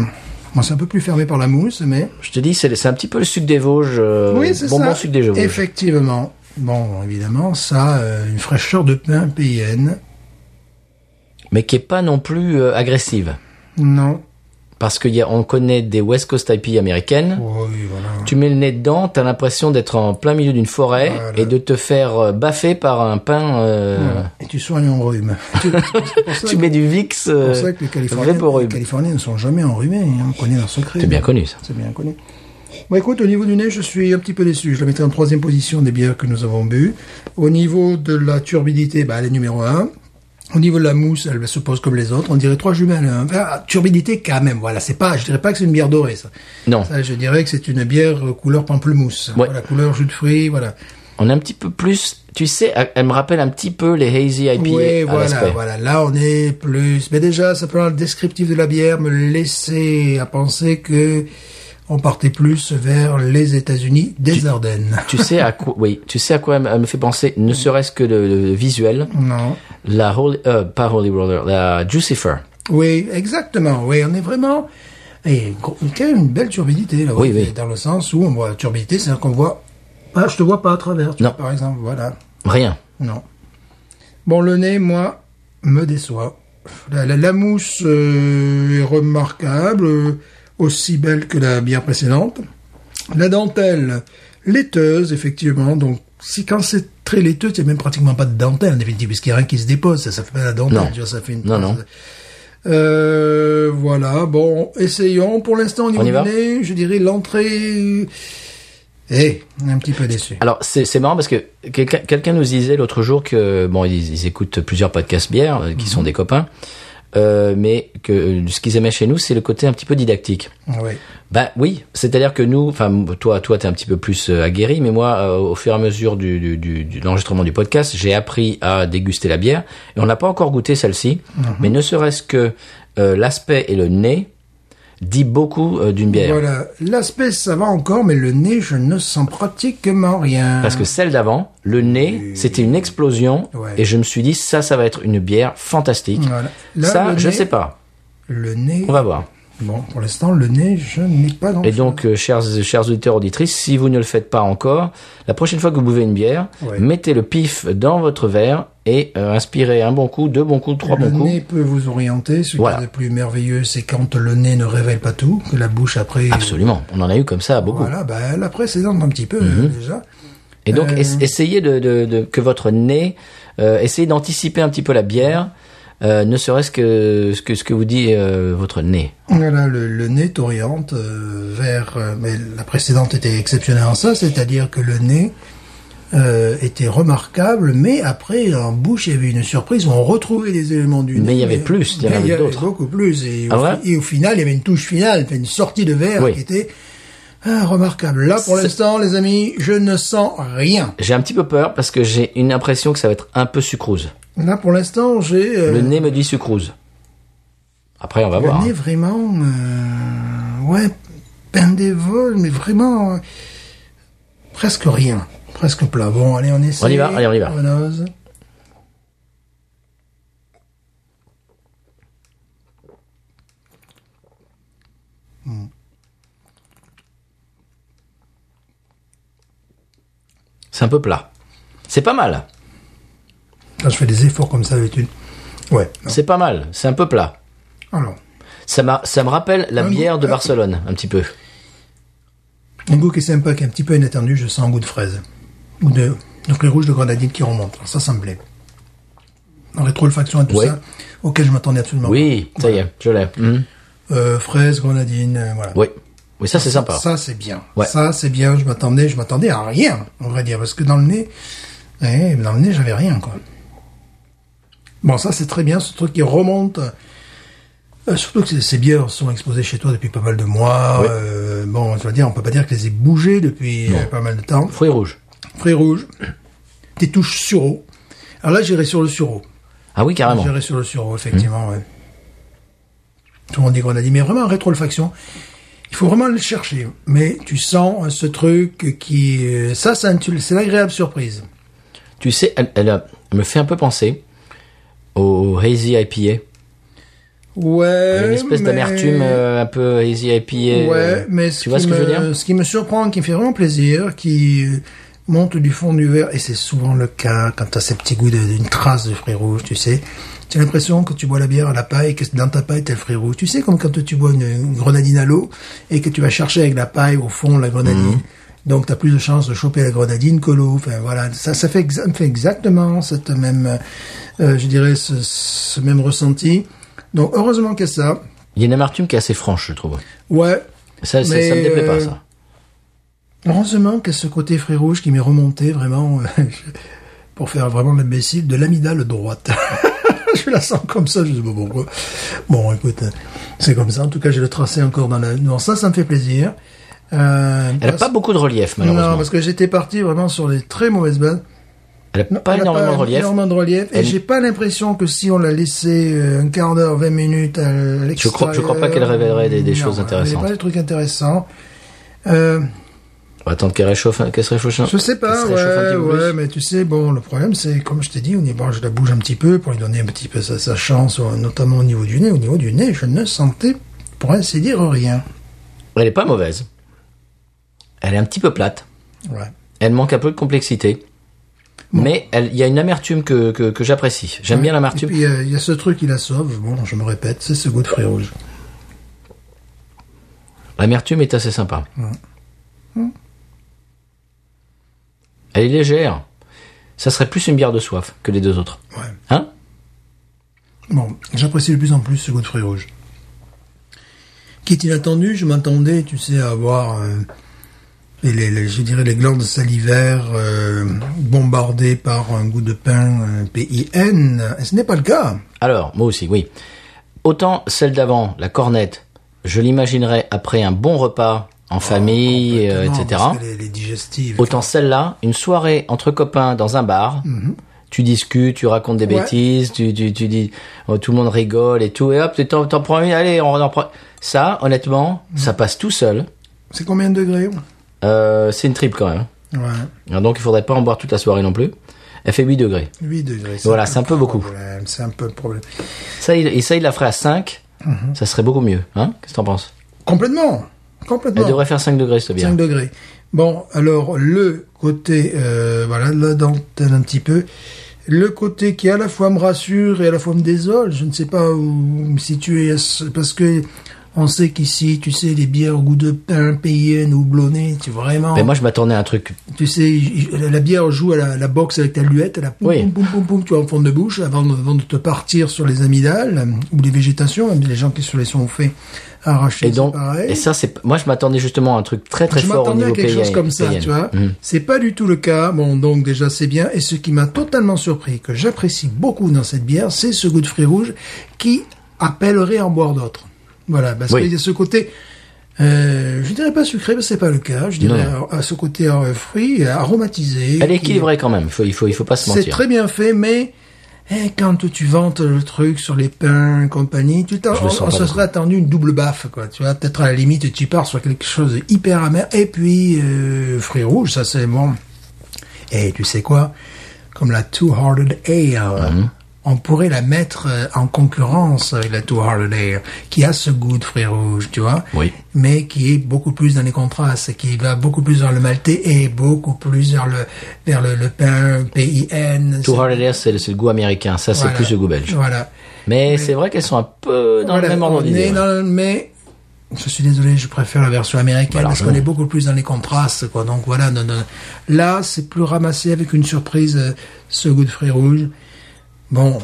bon, c'est un peu plus fermé par la mousse, mais. Je te dis, c'est c'est un petit peu le suc des Vosges. euh, oui, c'est bonbon ça. suc des Vosges. Effectivement. Bon, évidemment, ça, euh, une fraîcheur de pain PN. Mais qui est pas non plus euh, agressive. Non. Parce qu'on connaît des West Coast IP américaines. Oui, voilà. Tu mets le nez dedans, t'as l'impression d'être en plein milieu d'une forêt Voilà. et de te faire euh, baffer par un pain. euh, Et tu soignes en rhume. Tu- c'est pour ça Tu que- mets du Vix. euh, C'est pour ça que les Californiens, vrai pour les eux. Californiens ne sont jamais enrhumés. hein. On connaît leur secret. C'est bien connu ça. C'est bien connu. Bon, écoute, au niveau du nez, je suis un petit peu déçu. Je la mettrai en troisième position des bières que nous avons bu. Au niveau de la turbidité, bah, elle est numéro un. Au niveau de la mousse, elle se pose comme les autres. On dirait trois jumelles. hein. Ah, turbidité quand même. Voilà, c'est pas. Je dirais pas que c'est une bière dorée. Ça. Non, Ça, je dirais que c'est une bière euh, couleur pamplemousse. Ah. Ouais. Voilà, couleur jus de fruits. Voilà. on est un petit peu plus. Tu sais, elle me rappelle un petit peu les Hazy IP. Oui, à voilà, l'aspect. voilà. Là, on est plus. Mais déjà, simplement le descriptif de la bière me laissait à penser que on partait plus vers les États-Unis des Ardennes. Tu sais à quoi Oui, tu sais à quoi elle me- elle me fait penser, ne serait-ce que le, le visuel. Non. La Holy, euh, pas Holy Roller, la Jucifer. Oui, exactement. Oui, on est vraiment. Et gros- quand même une belle turbidité là. Oui, ouais, oui. Dans le sens où on voit turbidité, c'est-à-dire qu'on voit. Ah, je te vois pas à travers. tu Non. vois, Par exemple, voilà. Rien. Non. Bon, le nez, moi, me déçoit. La, la- la mousse euh, est remarquable, euh, aussi belle que la bière précédente. La dentelle, laiteuse, effectivement. Donc, si quand c'est très laiteux, il n'y a même pratiquement pas de dentelle, en définitive, puisqu'il n'y a rien qui se dépose. Ça, ça fait pas la dentelle, Non. tu vois, ça fait une... Non, non. Euh, voilà, bon, essayons. Pour l'instant, au niveau On y du va nez, je dirais l'entrée... euh, Eh, un petit peu déçu. Alors c'est c'est marrant parce que quelqu'un quelqu'un nous disait l'autre jour que bon ils, ils écoutent plusieurs podcasts bières euh, qui sont des copains, euh, mais que euh, ce qu'ils aimaient chez nous c'est le côté un petit peu didactique. Oui. Bah oui, c'est-à-dire que nous, enfin toi, toi t'es un petit peu plus euh, aguerri, mais moi, euh, au fur et à mesure du, du, du, du- de l'enregistrement du podcast, j'ai appris à déguster la bière et on n'a pas encore goûté celle-ci, mais ne serait-ce que euh, l'aspect et le nez dit beaucoup euh, d'une bière. Voilà, l'aspect ça va encore, mais le nez, je ne sens pratiquement rien. Parce que celle d'avant, le nez, c'était une explosion Ouais. et je me suis dit ça, ça va être une bière fantastique. Voilà. Là, ça, le je nez- sais pas. le nez. On va voir. Bon, pour l'instant, le nez, je n'ai pas. Et donc, euh, chers, chers auditeurs, auditrices, si vous ne le faites pas encore, la prochaine fois que vous buvez une bière, Ouais. mettez le pif dans votre verre et euh, inspirez un bon coup, deux bons coups, trois le bons coups. nez peut vous orienter. Ce Voilà. qui est le plus merveilleux, c'est quand le nez ne révèle pas tout, que la bouche après. Absolument, Mhm. on en a eu comme ça beaucoup. Voilà, bah, la précédente un petit peu euh, déjà. Et donc, Euh. es- essayez de, de- de- que votre nez, euh, essayez d'anticiper un petit peu la bière, euh, ne serait-ce que ce que ce que vous dit euh, votre nez. Voilà, le, le nez t'oriente euh, vers. euh, mais la précédente était exceptionnelle en ça, c'est-à-dire que le nez euh, était remarquable, mais après en bouche il y avait une surprise où on retrouvait des éléments du nez. Mais il y avait plus, il y en mais avait il y avait d'autres. beaucoup plus, et, Ah au, ouais fi- et au final il y avait une touche finale, enfin, une sortie de verre Oui. qui était ah, remarquable. Là pour C'est- l'instant, les amis, je ne sens rien. J'ai un petit peu peur parce que j'ai une impression que ça va être un peu sucrose. Là pour l'instant, j'ai euh, Le nez me dit sucrose. Après, on va voir. Le nez hein. vraiment, euh, ouais, pain des vols, mais vraiment euh, presque rien, presque plat. Bon, allez, on essaie. On y va, allez, on y va. ose. Hmm. C'est un peu plat. C'est pas mal. Quand je fais des efforts comme ça avec une, ouais. non. C'est pas mal. C'est un peu plat. Alors, Ça, m'a- ça me rappelle la Un bière goût- de euh, Barcelone, un petit peu. un goût qui est sympa, qui est un petit peu inattendu. Je sens un goût de fraise ou de donc les rouges de grenadine qui remontent. Alors, ça, ça me plaît. En rétro-olfaction et tout Ouais. ça, auquel je m'attendais absolument. Oui, pas. ça y est, je l'ai. Mhm. Euh, fraise, grenadine, euh, voilà. Oui. Oui, ça c'est sympa. Ça, c'est bien. Ouais. Ça, c'est bien. Je m'attendais, je m'attendais à rien, on va dire, parce que dans le nez, eh, dans le nez, j'avais rien, quoi. Bon, ça, c'est très bien, ce truc qui remonte. Euh, surtout que ces- ces bières sont exposées chez toi depuis pas mal de mois. Oui. Euh, bon, je veux dire, on peut pas dire qu'elles aient bougé depuis euh, pas mal de temps. Fruits rouges. Fruits rouges, des touches sureau. Alors là, j'irai sur le sureau. Ah oui, carrément. J'irai sur le sureau, effectivement, ouais. Tout le monde dit grenadine, mais vraiment rétrofaction. Il faut vraiment le hein, chercher. Mais tu sens euh, ce truc qui, euh, ça, ça, tu- c'est l'agréable surprise. Tu sais, elle, elle a- elle me fait un peu penser au Hazy IPA. Ouais. Il y a une espèce mais- d'amertume euh, un peu Hazy IPA. euh, Ouais, mais ce tu vois qui ce que me- je veux dire Ce qui me surprend, qui me fait vraiment plaisir, qui euh, monte du fond du verre, et c'est souvent le cas quand t'as ces petits goûts de- d'une trace de fruits rouges, tu sais. T'as l'impression que tu bois la bière à la paille, que dans ta paille t'as le fruit rouge. Tu sais, comme quand tu bois une, une grenadine à l'eau, et que tu vas chercher avec la paille au fond la Mhm. grenadine. Donc t'as plus de chances de choper la grenadine que l'eau. Enfin voilà, ça, ça fait, exa- me fait exactement cette même, euh, je dirais, ce, ce même ressenti. Donc heureusement qu'il y a ça. Il y a une amertume qui est assez franche, je trouve. Ouais, Ça, ça, ça me Mais, déplaît pas, euh, ça. Heureusement qu'il y a ce côté fruit rouge qui m'est remonté vraiment, euh, je- pour faire vraiment l'imbécile, de l'amidale droite. je la sens comme ça, je sais pas pourquoi. Bon, écoute, euh, c'est comme ça. En tout cas, j'ai le tracé encore dans la... Non, ça, ça me fait plaisir. Euh, Elle a parce- pas beaucoup de relief, malheureusement. Non, parce que j'étais parti vraiment sur des très mauvaises bases. Elle a Non, pas elle a énormément de relief. énormément de relief. Et Elle- j'ai pas l'impression que si on l'a laissé euh, un quart d'heure, 20 minutes à l'extérieur... Je crois- je crois pas qu'elle révélerait des- des non, choses elle révélait intéressantes. pas des trucs intéressants. Euh, On va attendre qu'elle réchauffe, hein, qu'elle se réchauffe. un- je sais pas, qu'elle se réchauffe un ouais, petit peu ouais, plus. mais tu sais, bon, le problème, c'est, comme je t'ai dit, on y, bon, je la bouge un petit peu pour lui donner un petit peu sa, sa chance, euh, notamment au niveau du nez. Au niveau du nez, je ne sentais, pour ainsi dire, rien. Elle est pas mauvaise. Elle est un petit peu plate. Ouais. Elle manque un peu de complexité. Mais elle- il y a une amertume que, que, que j'apprécie. J'aime bien Et l'amertume. puis, euh, il y a ce truc qui la sauve, bon, je me répète, c'est ce goût de fruits rouges. L'amertume est assez sympa. Hmm. Hmm. Elle est légère. Ça serait plus une bière de soif que les deux autres. Ouais. Hein Bon, j'apprécie de plus en plus ce goût de fruits rouges. Qui est inattendu, je m'attendais, tu sais, à avoir, euh, les, les- les- je dirais, les glandes salivaires euh, bombardées par un goût de pain euh, P-I-N. Et ce n'est pas le cas. Alors, moi aussi, oui. Autant celle d'avant, la cornette, je l'imaginerais après un bon repas en famille, euh, Ah, Complètement, etc. parce que les, les digestives. Autant celle-là, une soirée entre copains dans un bar, tu discutes, tu racontes des Mhm. Ouais. bêtises, tu, tu, tu dis, oh, tout le monde rigole et tout, et hop, t'en, t'en prends une, allez, on en prend. Ça, honnêtement, Mhm. ça passe tout seul. C'est combien de degrés Euh, c'est une trip quand même. Ouais, Alors donc il faudrait pas en boire toute la soirée non plus. Elle fait 8 degrés. 8 degrés. Voilà, c'est un peu le beaucoup. problème, C'est un peu le problème. Ça, il, et ça, il la ferait à 5. Mhm. Ça serait beaucoup mieux. Hein Qu'est-ce que t'en penses Complètement Elle Complètement devrait faire 5 degrés, cette bière. 5 degrés. Bon, alors le côté, euh, voilà, la dentelle un petit peu. Le côté qui à la fois me rassure et à la fois me désole, je ne sais pas où me situer, est-ce- parce que on sait qu'ici, tu sais, les bières au goût de pain, payennes, houblonnées, tu vraiment... Mais moi, je m'attendais à un truc. Tu sais, il- il- la bière joue à la, la boxe avec ta luette, elle a poum, Oui. poum, poum, poum, poum, tu vois, en fond de bouche, avant de, avant de te partir sur les amygdales, euh, ou les végétations, même les gens qui se les sont fait arracher, Et donc, c'est pareil. et ça, c'est. Moi, je m'attendais justement à un truc très très Je fort au m'attendais niveau à quelque payen- chose comme ça, payen. tu vois. Mhm. C'est pas du tout le cas. Bon, donc déjà c'est bien. Et ce qui m'a totalement surpris, que j'apprécie beaucoup dans cette bière, c'est ce goût de fruits rouges qui appellerait à en boire d'autres. Voilà, parce Oui. qu'il y a ce côté. Euh, je dirais pas sucré, mais c'est pas le cas. Je dirais Non. à, à ce côté euh, fruit, euh, aromatisé. Elle est qui- équilibrée quand même. Il faut, il faut, il faut pas se mentir. C'est très bien fait, mais eh, quand tu vantes le truc sur les pains, et compagnie, tu t'en- Je le sens on, on pas se beaucoup. serait attendu une double baffe, quoi. Tu vois, peut-être à la limite, tu pars sur quelque chose de hyper amer, et puis euh, fruits rouges, ça c'est bon. Et tu sais quoi Comme la Two Hearted Ale. Mhm. On pourrait la mettre euh, en concurrence avec la Two Hearted Ale, qui a ce goût de fruits rouges, tu vois Oui. mais qui est beaucoup plus dans les contrastes, qui va beaucoup plus vers le maltais et beaucoup plus vers le, vers le, le pain, PIN. Two c'est- Hard Leather, c'est le, c'est le goût américain. Ça, c'est voilà. plus le goût belge. Voilà. Mais, c'est vrai qu'elles sont un peu dans Voilà, le même ordre on d'idée. est ouais. dans le- mais je suis désolé, je préfère la version américaine Voilà, parce qu'on vraiment. est beaucoup plus dans les contrastes, quoi. Donc voilà, non, non. là, c'est plus ramassé avec une surprise, euh, ce goût de fruits rouges. Bon,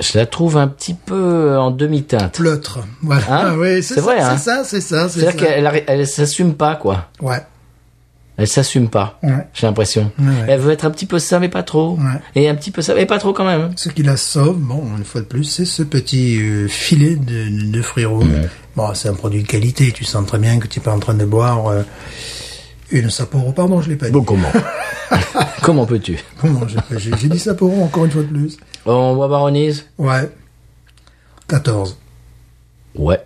Je la trouve un petit peu euh, en demi-teinte. pleutre. Voilà. Hein Ah oui, C'est ça, vrai, hein C'est ça, c'est ça, c'est C'est-à-dire ça. qu'elle arri- elle s'assume pas, quoi. Ouais. Elle s'assume pas. Ouais. J'ai l'impression. Ouais, ouais. Elle veut être un petit peu ça, mais pas trop. Ouais. Et un petit peu ça, mais pas trop quand même. Ce qui la sauve, bon, une fois de plus, c'est ce petit euh, filet de, de, de fruits rouges. Bon, c'est un produit de qualité. Tu sens très bien que tu n'es pas en train de boire euh, une Sapporo. Pardon, je l'ai pas dit. comment Comment peux-tu Bon, j'ai- j'ai j'ai dit Sapporo encore une fois de plus. On boit Baronise Ouais. 14. Ouais.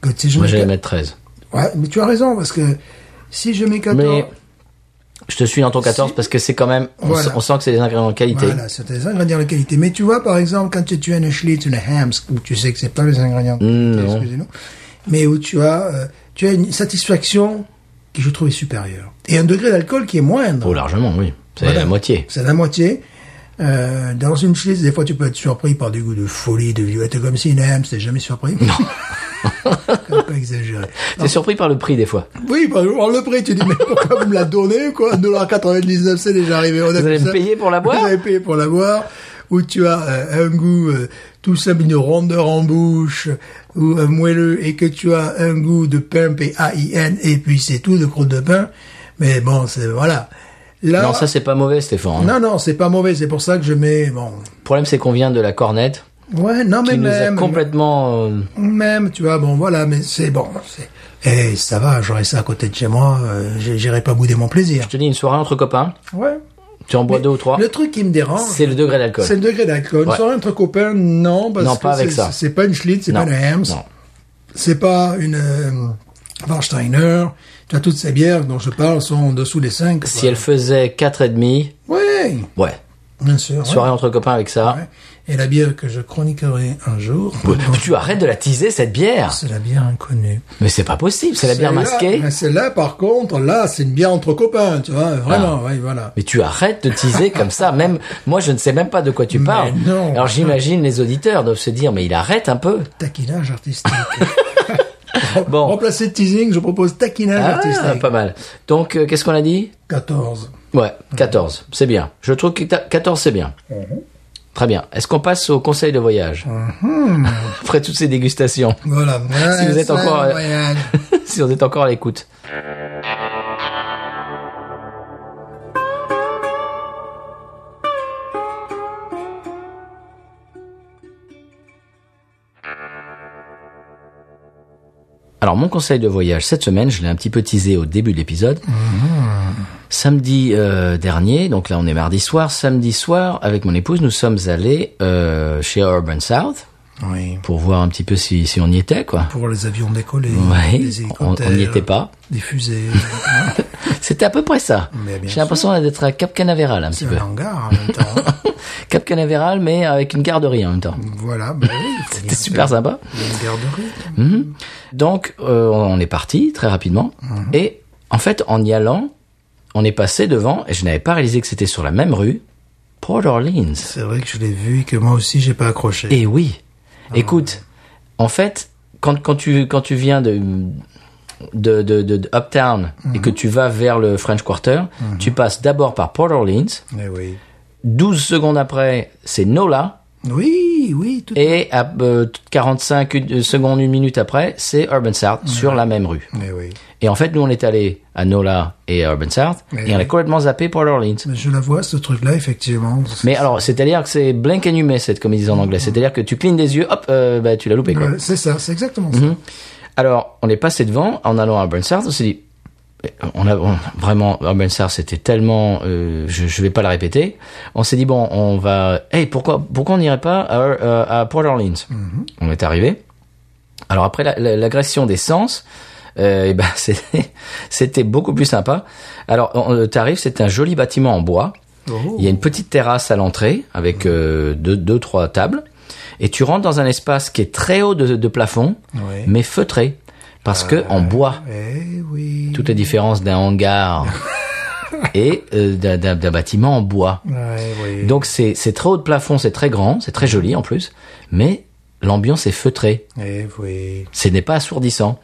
Que si je Moi, mets j'allais quat- mettre 13. Ouais, mais tu as raison, parce que si je mets 14... Mais Je te suis dans ton 14 parce que c'est quand même, on, Voilà. s- on sent que c'est des ingrédients de qualité. Voilà, c'est des ingrédients de qualité. Mais tu vois, par exemple, quand tu, tu as une Schlitz, une Hams, où tu sais que c'est pas les ingrédients de Mm, qualité, non. excusez-nous, mais où tu as, euh, tu as une satisfaction qui, je trouve, est supérieure. Et un degré d'alcool qui est moindre. Oh, largement, oui. C'est Voilà. la moitié. C'est la moitié. Euh, dans une Schlitz, des fois, tu peux être surpris par du goût de folie, de violette, comme si une Hams, t'es jamais surpris. Non. pas exagéré. T'es surpris par le prix des fois. Oui, par exemple, le prix, tu dis, mais pourquoi vous me la donnez, quoi 1,99$, c'est déjà arrivé. On a Vous vu avez ça. payé pour la boire Vous avez payé pour la boire. Où tu as euh, un goût euh, tout simple, une rondeur en bouche, ou un moelleux, et que tu as un goût de pain, P-A-I-N, et puis c'est tout, de croûte de pain. Mais bon, c'est, voilà. Là, Non, ça c'est pas mauvais, Stéphane. Ah. hein. non, non, c'est pas mauvais, c'est pour ça que je mets, bon. Le problème c'est qu'on vient de la cornette Ouais, non, mais qui nous a même. complètement. euh, Même, tu vois, bon, voilà, mais c'est bon. c'est- Eh, ça va, j'aurais ça à côté de chez moi, euh, j'irai pas bouder mon plaisir. Je te dis une soirée entre copains. Ouais. Tu en bois deux ou trois. Le truc qui me dérange, C'est le degré d'alcool. c'est le degré d'alcool. Ouais. Sur un truc copain, non, parce Non, que pas avec c'est- ça. c'est pas une Schlitz, c'est Non. pas une Hems, Non. c'est pas une euh, Warsteiner. Tu as toutes ces bières dont je parle sont en dessous des 5. Si elle faisait quatre et demi, Ouais, ouais. bien sûr. Soirée ouais. entre copains avec ça. Ouais. Et la bière que je chroniquerai un jour, dont je Tu arrêtes de la teaser cette bière. c'est la bière inconnue. Mais c'est pas possible, c'est la bière Celle-là- masquée. mais Celle-là, par contre, là, c'est une bière entre copains, tu vois, vraiment, Ah. oui, voilà. Mais tu arrêtes de teaser comme ça, même moi je ne sais même pas de quoi tu parles. non. Alors j'imagine les auditeurs doivent se dire mais il arrête un peu. Taquinage artistique. Bon. Remplacer teasing, je propose taquinage Ah, artistique. pas mal. Donc euh, qu'est-ce qu'on a dit 14. Ouais, 14, c'est bien. Je trouve que ta- 14 c'est bien. Très bien. Est-ce qu'on passe au conseil de voyage Après toutes ces dégustations, Voilà. Si vous êtes Ouais, encore, ça, euh, voyage. si on est encore à l'écoute. Alors mon conseil de voyage cette semaine, je l'ai un petit peu teasé au début de l'épisode. Mhm. Samedi euh, dernier, donc là on est mardi soir, samedi soir avec mon épouse, nous sommes allés euh, chez Urban South Oui. pour voir un petit peu si, si on y était quoi. Pour les avions décollés. Ouais, les on hélicoptères, on n'y était pas. Des fusées. C'était à peu près ça. Mais bien J'ai l'impression d'être à Cap Canaveral un petit C'est peu. un hangar en même temps. Cap Canaveral mais avec une garderie en même temps. voilà. bah oui, il faut bien C'était super faire sympa. Une garderie. Donc, euh, on est parti très rapidement. Mhm. Et en fait, en y allant, on est passé devant, et je n'avais pas réalisé que c'était sur la même rue, Port Orleans. C'est vrai que je l'ai vu et que moi aussi, j'ai pas accroché. Et oui. Ah. Écoute, en fait, quand, quand, tu, quand tu viens de, de, de, de- de Uptown et Mhm. que tu vas vers le French Quarter, tu passes d'abord par Port Orleans. Eh oui. 12 secondes après, c'est Nola. Oui, oui, tout Et à euh, 45 une- euh, secondes, une minute après, c'est Urban South sur la même rue. Mais Eh oui. Et en fait, nous, on est allé à Nola et à Urban South, Mais et on a oui. complètement zappé Port Orleans. Mais je la vois, ce truc-là, effectivement. Mais alors, c'est-à-dire que c'est blink and you miss it, comme ils disent en anglais. C'est-à-dire que tu clignes des yeux, hop, euh, bah, tu l'as loupé, quoi. Voilà, c'est ça, c'est exactement ça. Alors, on est passé devant, en allant à Urban South, on s'est dit, on a, on- vraiment, Urban South, c'était tellement, euh, je, je vais pas la répéter. On s'est dit, bon, on va, hey, pourquoi, pourquoi on n'irait pas à, euh, à Port Orleans? On est arrivé. Alors après la- la- l'agression des sens, euh, eh ben c'était c'était beaucoup plus sympa. Alors on- t'arrives, c'est un joli bâtiment en bois. Oh. Mhm. Il y a une petite terrasse à l'entrée avec euh, deux, deux trois tables et tu rentres dans un espace qui est très haut de, de plafond, Ouais. mais feutré parce que en bois. Eh oui. Toute la différence d'un hangar et euh, d'un- d'un d'un bâtiment en bois. Ouais, oui. Donc c'est c'est très haut de plafond, c'est très grand, c'est très joli en plus, mais l'ambiance est feutrée. Eh oui. Ce n'est pas assourdissant.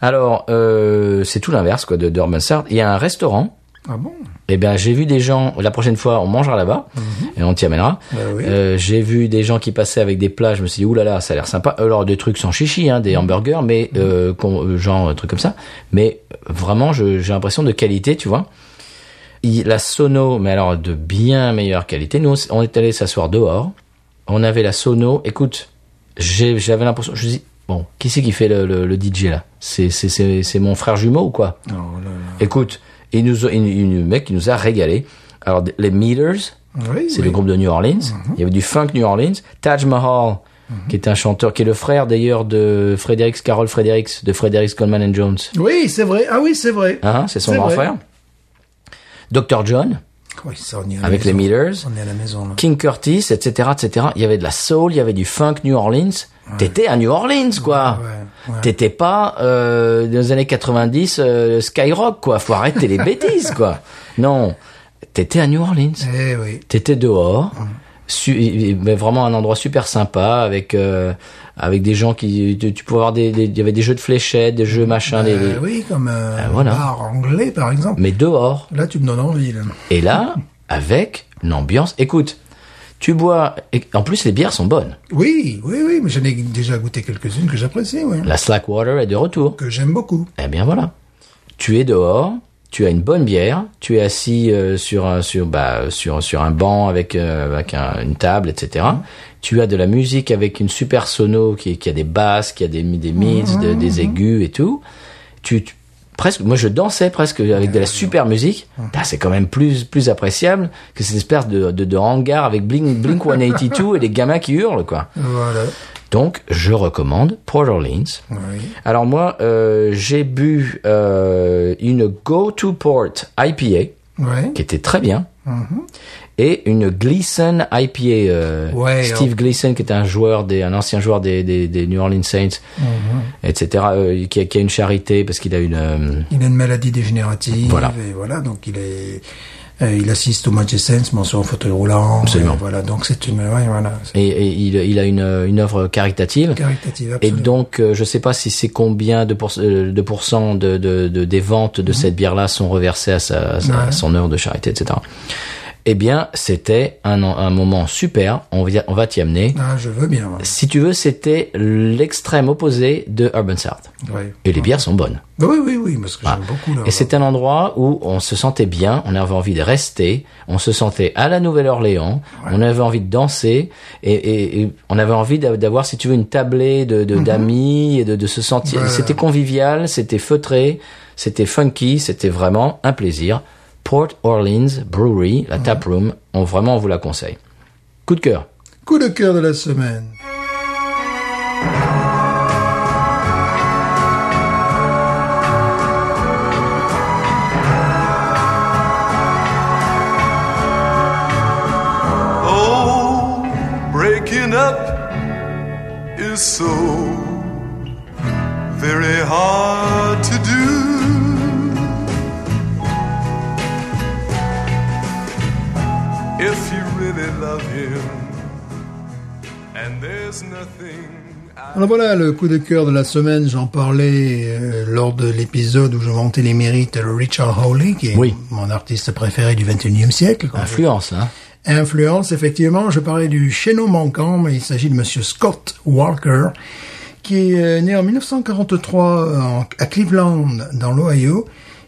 Alors, euh, c'est tout l'inverse quoi de de Urban South. Il y a un restaurant. Ah bon Eh bien, j'ai vu des gens. La prochaine fois, on mangera là-bas et on t'y amènera. Ben oui. Euh, j'ai vu des gens qui passaient avec des plats. Je me suis dit, oulala, ça a l'air sympa. Alors, des trucs sans chichi, hein, des hamburgers, mais euh, qu'on- euh, genre un truc comme ça. Mais euh, vraiment, je- j'ai l'impression de qualité, tu vois. Il- la sono, mais alors de bien meilleure qualité. Nous, on s- on est allé s'asseoir dehors. On avait la sono. Écoute, j'ai- j'avais l'impression. Je me suis dit, bon, qui c'est qui fait le, le- le DJ là C'est- c'est- C'est c'est mon frère jumeau ou quoi Oh là là. Écoute, il nous, a- il, il- le mec, il nous a régalé. Alors, d- les Meters, Oui, c'est oui. Mhm. le groupe de New Orleans. Il y avait du funk New Orleans. Taj Mahal, qui est un chanteur, qui est le frère d'ailleurs de Fredericks, Carol Fredericks, de Fredericks Coleman and Jones. Oui, c'est vrai. Ah oui, c'est vrai. Hein, c'est son C'est grand vrai. frère. Dr. John, Oui, ça, on y est à la avec les maison. Millers, On est à la maison, là. King Curtis, etc., etc. Il y avait de la soul, il y avait du funk New Orleans. T'étais à New Orleans, quoi. Ouais, ouais. T'étais pas euh, dans les années 90 euh, Skyrock, quoi. Faut arrêter les bêtises, quoi. Non, t'étais à New Orleans. Eh oui. T'étais dehors, su- mais vraiment un endroit super sympa avec euh, avec des gens qui tu, tu pouvais avoir des des- il y avait des jeux de fléchettes, des jeux machin, des- Euh, des- oui, comme euh, un Ah, voilà. bar anglais, par exemple. mais dehors. Là, tu me donnes envie, là. Et là, avec l'ambiance, écoute, tu bois. et en plus, les bières sont bonnes. Oui, oui, oui, mais j'en ai déjà goûté quelques-unes que j'apprécie, oui. La Slackwater est de retour. Que j'aime beaucoup. Eh bien voilà. Tu es dehors, tu as une bonne bière, tu es assis euh, sur un sur bah sur sur un banc avec euh, avec un- une table etc. Tu as de la musique avec une super sono qui qui a des basses, qui a des des mids, de- des aigus et tout. Tu, tu- presque moi je dansais presque avec de la super musique. Ah, c'est quand même plus plus appréciable que cette espèce de de, de hangar avec Blink Blink 182 et les gamins qui hurlent quoi. Voilà. Donc je recommande Port Orleans. Oui. Alors moi, euh, j'ai bu euh, une Go To Port IPA Ouais. qui était très bien et une Gleason IPA. euh, Ouais, Steve alors- Gleason qui était un joueur, des, un ancien joueur des, des, des New Orleans Saints, etc. euh, qui, a, qui a une charité parce qu'il a une euh, Il a une maladie dégénérative. Voilà. Et voilà, donc il est, euh, il assiste au match Sense, mais en fauteuil roulant. Absolument. Et voilà, donc c'est une, ouais, voilà. C'est et, et il, il a une, une œuvre caritative. caritative, Et absolument. donc, euh, je sais pas si c'est combien de, pour- euh, de pourcents de, de- de- des ventes de cette bière-là sont reversées à, sa, à sa- à Mhm. Ouais. son heure de charité, etc. Eh bien, c'était un, en- un moment super. On, vi- on va t'y amener. Ah, je veux bien. ouais. Si tu veux, c'était l'extrême opposé de Urban South. Ouais. Et les bières sont bonnes. Bah oui, oui, oui, parce que j'aime beaucoup, là. Ah, Et c'est un endroit où on se sentait bien, on avait envie de rester, on se sentait à la Nouvelle-Orléans, on avait envie de danser, et, et- et on avait envie d'a- d'avoir, si tu veux, une tablée de Mhm. de- d'amis, et de, de se sentir... Voilà. C'était convivial, c'était feutré, c'était funky, c'était vraiment un plaisir. Port Orleans Brewery, Mhm. la taproom, on vraiment on vous la conseille. Coup de cœur. Coup de cœur de la semaine. Oh, breaking up is so very hard to do. If you really love him, and there's nothing. I Alors voilà, le coup de cœur de la semaine, j'en parlais euh, lors de l'épisode où je vantais les mérites de Richard Hawley, qui est Oui. mon artiste préféré du 21e siècle. quand je- Influence, hein Influence, effectivement, je parlais du chaînon manquant, mais il s'agit de Monsieur Scott Walker, qui est euh, né en 1943 euh, en- à Cleveland, dans l'Ohio,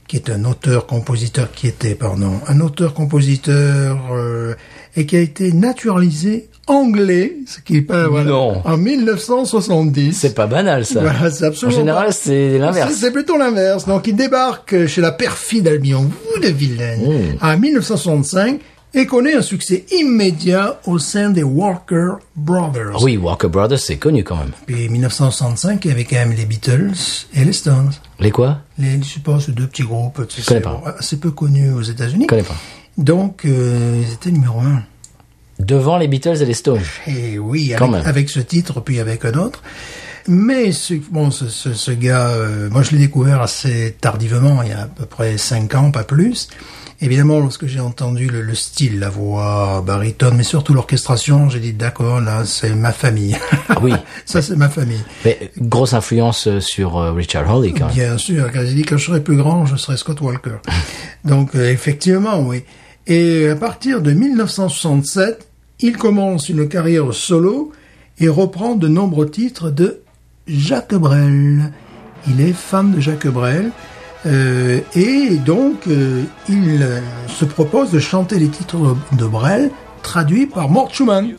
qui est un auteur-compositeur, qui était, pardon, un auteur-compositeur, euh, et qui a été naturalisé anglais, ce qui est pas, voilà, Non. en 1970. C'est pas banal, ça. Voilà, c'est absolument En général, pas- c'est l'inverse. C'est- C'est plutôt l'inverse. Donc, il débarque chez la perfide Albion, vous de Vilaine, Oh. en 1965 et connaît un succès immédiat au sein des Walker Brothers. Ah Oui, Walker Brothers, c'est connu quand même. Puis 1965, il y avait quand même les Beatles et les Stones. Les quoi Les, je suppose, deux petits groupes. Tu connais sais, pas. assez peu connus aux États-Unis. Je connais pas. Donc, euh, ils étaient numéro un. Devant les Beatles et les Stones. Et oui, Quand avec, même. avec ce titre, puis avec un autre. Mais ce, bon, ce, ce, ce gars, euh, moi je l'ai découvert assez tardivement, il y a à peu près cinq ans, pas plus. Évidemment, lorsque j'ai entendu le, le style, la voix, baritone, mais surtout l'orchestration, j'ai dit d'accord, là c'est ma famille. Ah oui. Ça c'est ma famille. Mais grosse influence euh, sur euh, Richard Hawley quand même. Bien sûr, quand j'ai dit quand je serai plus grand, je serai Scott Walker. Donc euh, effectivement, oui. Et à partir de 1967, il commence une carrière solo et reprend de nombreux titres de Jacques Brel. Il est fan de Jacques Brel. euh, et donc, euh, il euh, se propose de chanter les titres de Brel traduits par Mort Schumann.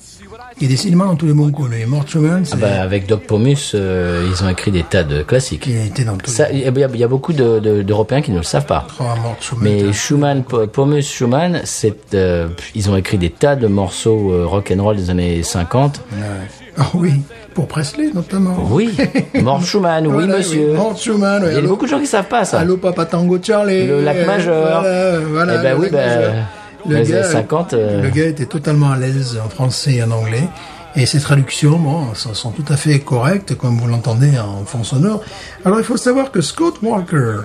Et décidément, dans tous les mots qu'on connaît, Mort Schumann, c'est Ah bah, avec Doc Pomus, euh, ils ont écrit des tas de classiques. qui a été dans tous Ça, Il les y, a- il y a beaucoup de- de- d'Européens qui ne le savent pas. Oh, Mort Schumann, Mais t'as- Schumann, Po- Pomus, Schumann, c'est, euh, ils ont écrit des tas de morceaux rock rock'n'roll des années 50. Ah oui, Pour Presley, notamment. Oui, Mort Schumann, oui, Voilà, monsieur. Mort Schumann, oui, Il y a allô- beaucoup de gens qui savent pas ça. Allô, Papa Tango Charlie. Le lac euh, majeur. Voilà, voilà. Eh ben le oui, lac ben, majeur. les années 50, euh, le gars était totalement à l'aise en français et en anglais. Et ses traductions, bon, sont sont tout à fait correctes, comme vous l'entendez en fond sonore. Alors, il faut savoir que Scott Walker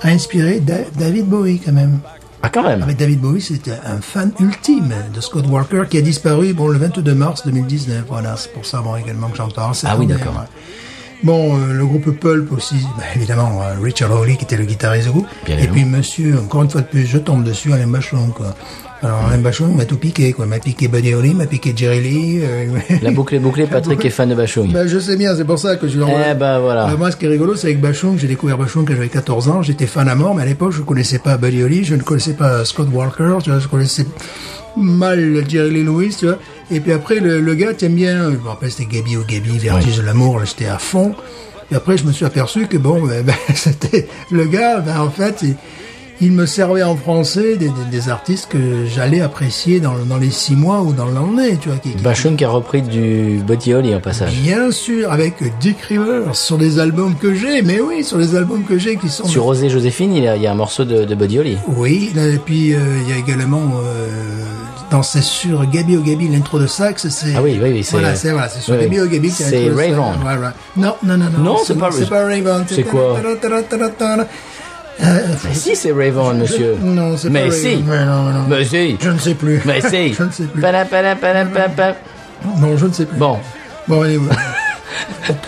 a inspiré Da- David Bowie, quand même. Ah, quand même. Ah, mais David Bowie, c'était un fan ultime de Scott Walker qui a disparu bon, le 22 mars 2019. Voilà, c'est pour ça bon, également que j'en parle. c'est Ah oui, tombé, d'accord. ouais. Bon, euh, le groupe Pulp aussi, bah, évidemment, euh, Richard Hawley qui était le guitariste du groupe. Bien Et évidemment. puis monsieur, encore une fois de plus, je tombe dessus, Alain Bachon, quoi. Alors Alain Bachon, il m'a tout piqué, quoi. Il m'a piqué Buddy Holly, il m'a piqué Jerry Lee. euh, La boucle est bouclée, Patrick est fan de Bachung. ben, je sais bien, c'est pour ça que je l'envoie. Eh ben, voilà. Euh, moi, ce qui est rigolo, c'est avec Bachon, que j'ai découvert Bachon quand j'avais 14 ans. J'étais fan à mort, mais à l'époque, je connaissais pas Buddy Holly, je ne connaissais pas Scott Walker, tu vois, je connaissais mal Jerry Lee Lewis, tu vois. Et puis après, le, le gars, t'aimes bien, je me rappelle, c'était Gaby ou Gaby, Vertige de l'amour, là, j'étais à fond. Et après, je me suis aperçu que bon, ben, ben, c'était, le gars, ben, en fait, il, il me servait en français des, des- des artistes que j'allais apprécier dans, dans les six mois ou dans l'année, tu vois, qui, qui- Bachung qui a repris du Bottioli en passage. Bien sûr, avec Dick Rivers sur des albums que j'ai, mais oui, sur les albums que j'ai qui sont. Sur Rosé Joséphine, il y a, il y a un morceau de, de Bottioli. Oui, là, et puis euh, il y a également euh, dans c'est sur Gabi Gabi l'intro de sax, c'est. Ah oui, oui, oui, c'est- Voilà, c'est voilà, c'est sur oui, Gabi oui. Gabi. qu'il y a C'est l'intro de sax. Raven. Voilà. Non, non, non, non. Non, c'est pas- C'est pas Raven. c'est quoi Euh, Mais si, c'est Raven, monsieur. Non, c'est pas Mais Raven. si. Mais non, mais non. Mais si. Je ne sais plus. Mais si. je ne sais plus. Pala, pala, pala, pala, pala. Non, je ne sais plus. Bon, Bon, allez. voilà.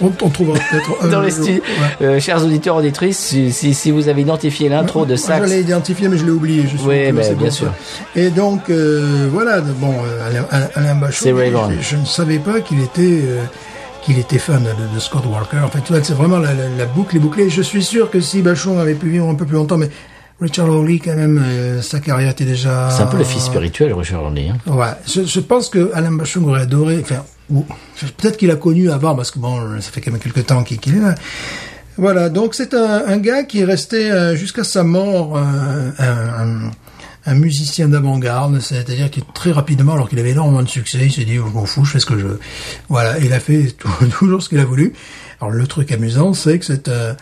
on, on- on trouvera peut-être. un dans les jour. studios, Ouais. euh, chers auditeurs, auditrices, si, si- si vous avez identifié l'intro de Moi, Sax, Je l'ai identifié, Ah, mais je l'ai oublié. Je suis Oui, désolé, mais c'est bien pour sûr. ça. Et donc, euh, voilà, de- bon, euh, Alain, Alain- Alain Bachon, C'est Raven. Je, je ne savais pas qu'il était, euh, qu'il était fan de, de Scott Walker. En fait, tu vois, c'est vraiment la, la- la boucle est bouclée. Je suis sûr que si Bachon avait pu vivre un peu plus longtemps, mais Richard Hawley, quand même, euh, sa carrière était déjà... c'est un peu le fils spirituel, Richard Landry. hein. Ouais, je, je pense que Alain Bachung aurait adoré. Enfin, ou- peut-être qu'il a connu avant, parce que bon, ça fait quand même quelques temps qu'il qu'il est là. Voilà, donc c'est un, un gars qui est resté euh, jusqu'à sa mort euh, un, un- un musicien d'avant-garde, c'est-à-dire que très rapidement, alors qu'il avait énormément de succès, il s'est dit, je m'en fous, je fais ce que je veux. Voilà, et il a fait tout- toujours ce qu'il a voulu. Alors le truc amusant, c'est que c'est... euh,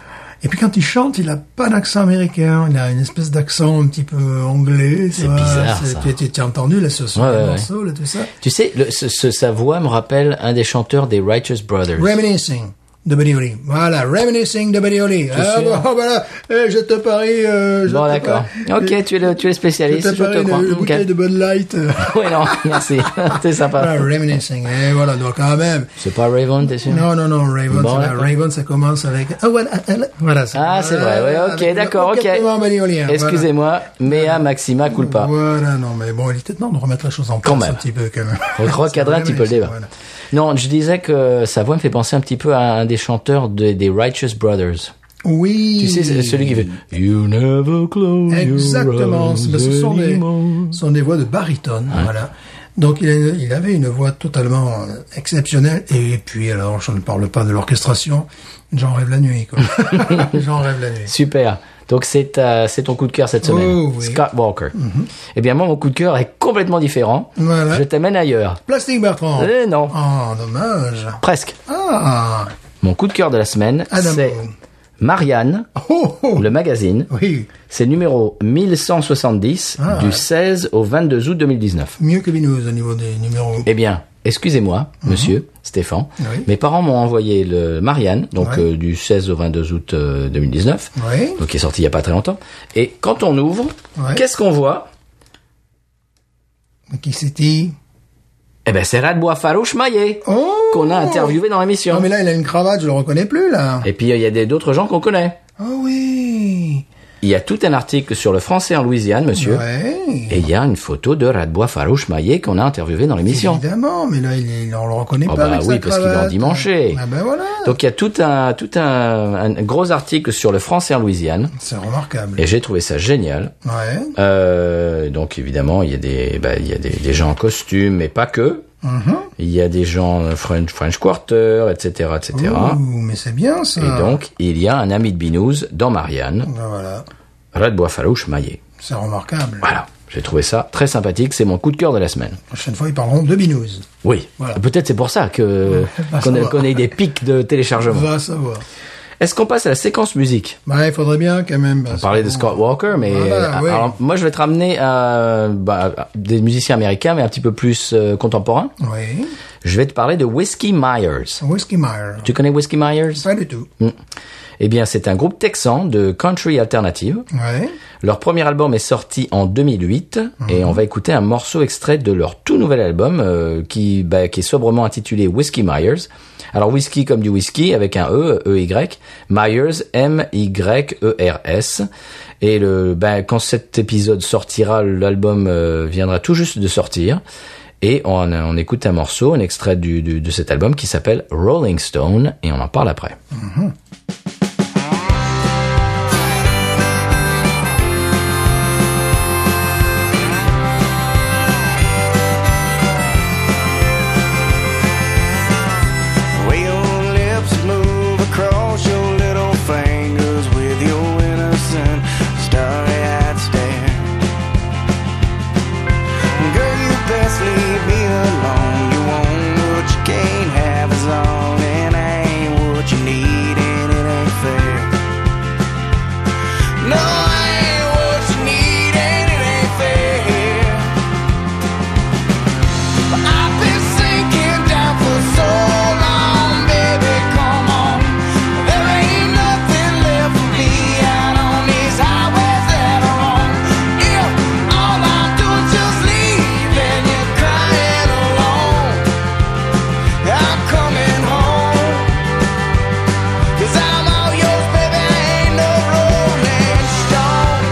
et puis quand il chante, il a pas d'accent américain, il a une espèce d'accent un petit peu anglais. tu C'est vois, bizarre, c'est- ça. tu- tu tu as entendu là, ce, ce Ouais, ouais, ouais. morceau, là, tout ça Tu sais, le- ce- ce- sa voix me rappelle un des chanteurs des Righteous Brothers. Reminiscing de Buddy Holly. Voilà, Reminiscing de Buddy Holly. Ah sûr. bon, voilà, eh, je te parie... euh, je Bon, te d'accord. parie- Ok, tu es le, tu es le Je spécialiste, te je parie te une, crois. une Ok. bouteille de Bud Light. euh, Ouais, non, merci. C'est voilà, sympa. reminiscing. Et voilà, donc quand même. C'est pas Raven, t'es sûr Non, non, non, Raven, Bon, ça va. d'accord. Raven, ça commence avec... Ah, voilà, ah, ah, voilà. Ah, c'est vrai, ouais, ok, d'accord, ok. Excusez-moi. Excusez-moi, mea maxima culpa. hein, Voilà, non, mais bon, il était temps de remettre la chose en place Quand un même. petit peu, quand même. Recadrer un petit peu le débat. Voilà. Non, je disais que sa voix me fait penser un petit peu à un des chanteurs de- des Righteous Brothers. Oui. Tu sais, c'est celui qui fait You never close your Exactement. eyes Ben, ce sont des, anymore. ce sont des voix de baryton. Ah. Voilà. Donc il, a une- il avait une voix totalement euh, exceptionnelle. Et puis alors, je ne parle pas de l'orchestration. J'en rêve la nuit. quoi. J'en rêve la nuit. Super. Donc c'est ta- c'est ton coup de cœur cette semaine, Oh, oui. Mhm. Scott Walker. Eh bien moi mon coup de cœur est complètement différent. Voilà. Je t'amène ailleurs. Plastic Bertrand. Eh non, Oh, dommage. presque. Ah. Mon coup de cœur de la semaine, Adam c'est Ball. Marianne, Oh, Ah, oh. le magazine. Oui. C'est numéro 1170 Ah, du ouais. 16 au 22 août 2019. Mieux que Binous au niveau des numéros. Eh bien, excusez-moi, monsieur Stéphane, Mhm. Oui. mes parents m'ont envoyé le Marianne, donc Ouais. euh, du 16 au 22 août euh, 2019, Oui. donc qui est sorti il n'y a pas très longtemps. Et quand on ouvre, Ouais. qu'est-ce qu'on voit Qui c'était Eh ben, c'est Radbois Farouche Maillet, Oh. qu'on a interviewé dans l'émission. Non mais là, il a une cravate. Je le reconnais plus là. Et puis, euh, il y a des- d'autres gens qu'on connaît. Oh oui. Il y a tout un article sur le français en Louisiane, monsieur. Ouais. Et il y a une photo de Radbois Farouche Maillet qu'on a interviewé dans l'émission. Évidemment, mais là, il est- on le reconnaît Oh pas. bah avec oui, sa parce qu'il est en cravate. dimanché. Ah ben voilà. Donc, il y a tout un, tout un, un gros article sur le français en Louisiane. C'est remarquable. Et j'ai trouvé ça génial. Ouais. Euh, donc évidemment, il y a des, bah, il y a des, des gens en costume, mais pas que. mhm. Il y a des gens euh, French, French Quarter, etc., etc. Ouh, mais c'est bien ça. Et donc, il y a un ami de Binous dans Marianne, Ben voilà. Radbois Farouche Maillet. C'est remarquable. Voilà. J'ai trouvé ça très sympathique. C'est mon coup de cœur de la semaine. La prochaine fois, ils parleront de Binous. Oui. Voilà. Peut-être c'est pour ça que Bah, qu'on ça a- va. qu'on a eu des pics de téléchargement. Va savoir. Est-ce qu'on passe à la séquence musique Bah, il faudrait bien quand même. On parlait de Scott Walker, mais Voilà, euh, oui. alors, moi je vais te ramener à, bah, à des musiciens américains, mais un petit peu plus euh, contemporains. Oui. Je vais te parler de Whiskey Myers. Whiskey Meyer. Tu connais Whiskey Myers Pas du tout. Eh bien, c'est un groupe texan de country alternative. Ouais. Leur premier album est sorti en 2008 et on va écouter un morceau extrait de leur tout nouvel album euh, qui, bah, qui est sobrement intitulé Whiskey Myers. Alors Whiskey comme du whisky avec un E, E-Y, Myers, M-Y-E-R-S. Et le, bah, quand cet épisode sortira, l'album euh, viendra tout juste de sortir. Et on, on écoute un morceau, un extrait du- du- de cet album qui s'appelle Rolling Stone et on en parle après. way your lips move across your little fingers with your innocent starry-eyed stare. Girl, you best leave me alone. You want what you can't have is all, and I ain't what you need, and it ain't fair. No, I ain't what you need, and it ain't fair. I've been sinking down for so long, baby. Come on, there ain't nothing left for me out on these highways that are wrong. If all I do is just leave and you're crying alone, I'm coming home. 'Cause I'm all yours, baby. I ain't no rolling stone.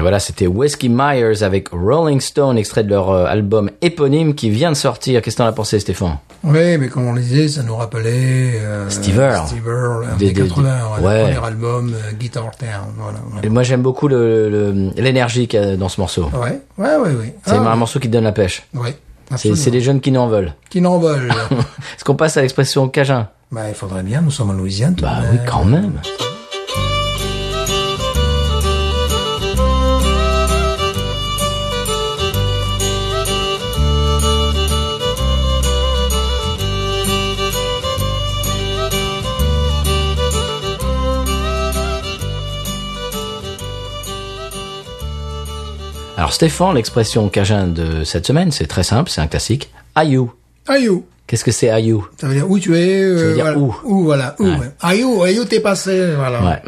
voilà, c'était Whiskey Myers avec Rolling Stone, extrait de leur euh, album éponyme qui vient de sortir. Qu'est-ce que t'en as pensé, Stéphane Oui, mais comme on le disait, ça nous rappelait euh, Steve Earle. Steve Earle, Des- des, des- 80, des- ouais. le premier album euh, Guitar Town. Voilà. Et Moi, j'aime beaucoup le- le- l'énergie qu'il y a dans ce morceau. Ouais, ouais, ouais, ouais. Ah, C'est un morceau qui te donne la pêche. Ouais, C'est absolument. c'est les jeunes qui n'en veulent. Qui n'envole. Est-ce qu'on passe à l'expression cajun bah, il faudrait bien, nous sommes en Louisiane. tout Bah de oui, même. quand même. Alors Stéphane, l'expression cajun de cette semaine, c'est très simple, c'est un classique. Ayou. Ayou. Qu'est-ce que c'est Ayou Ça veut dire où tu es. euh, Ça veut dire voilà. où. voilà. Où. Ouais. ouais. Ayou, ayou, t'es passé. Voilà. Ouais.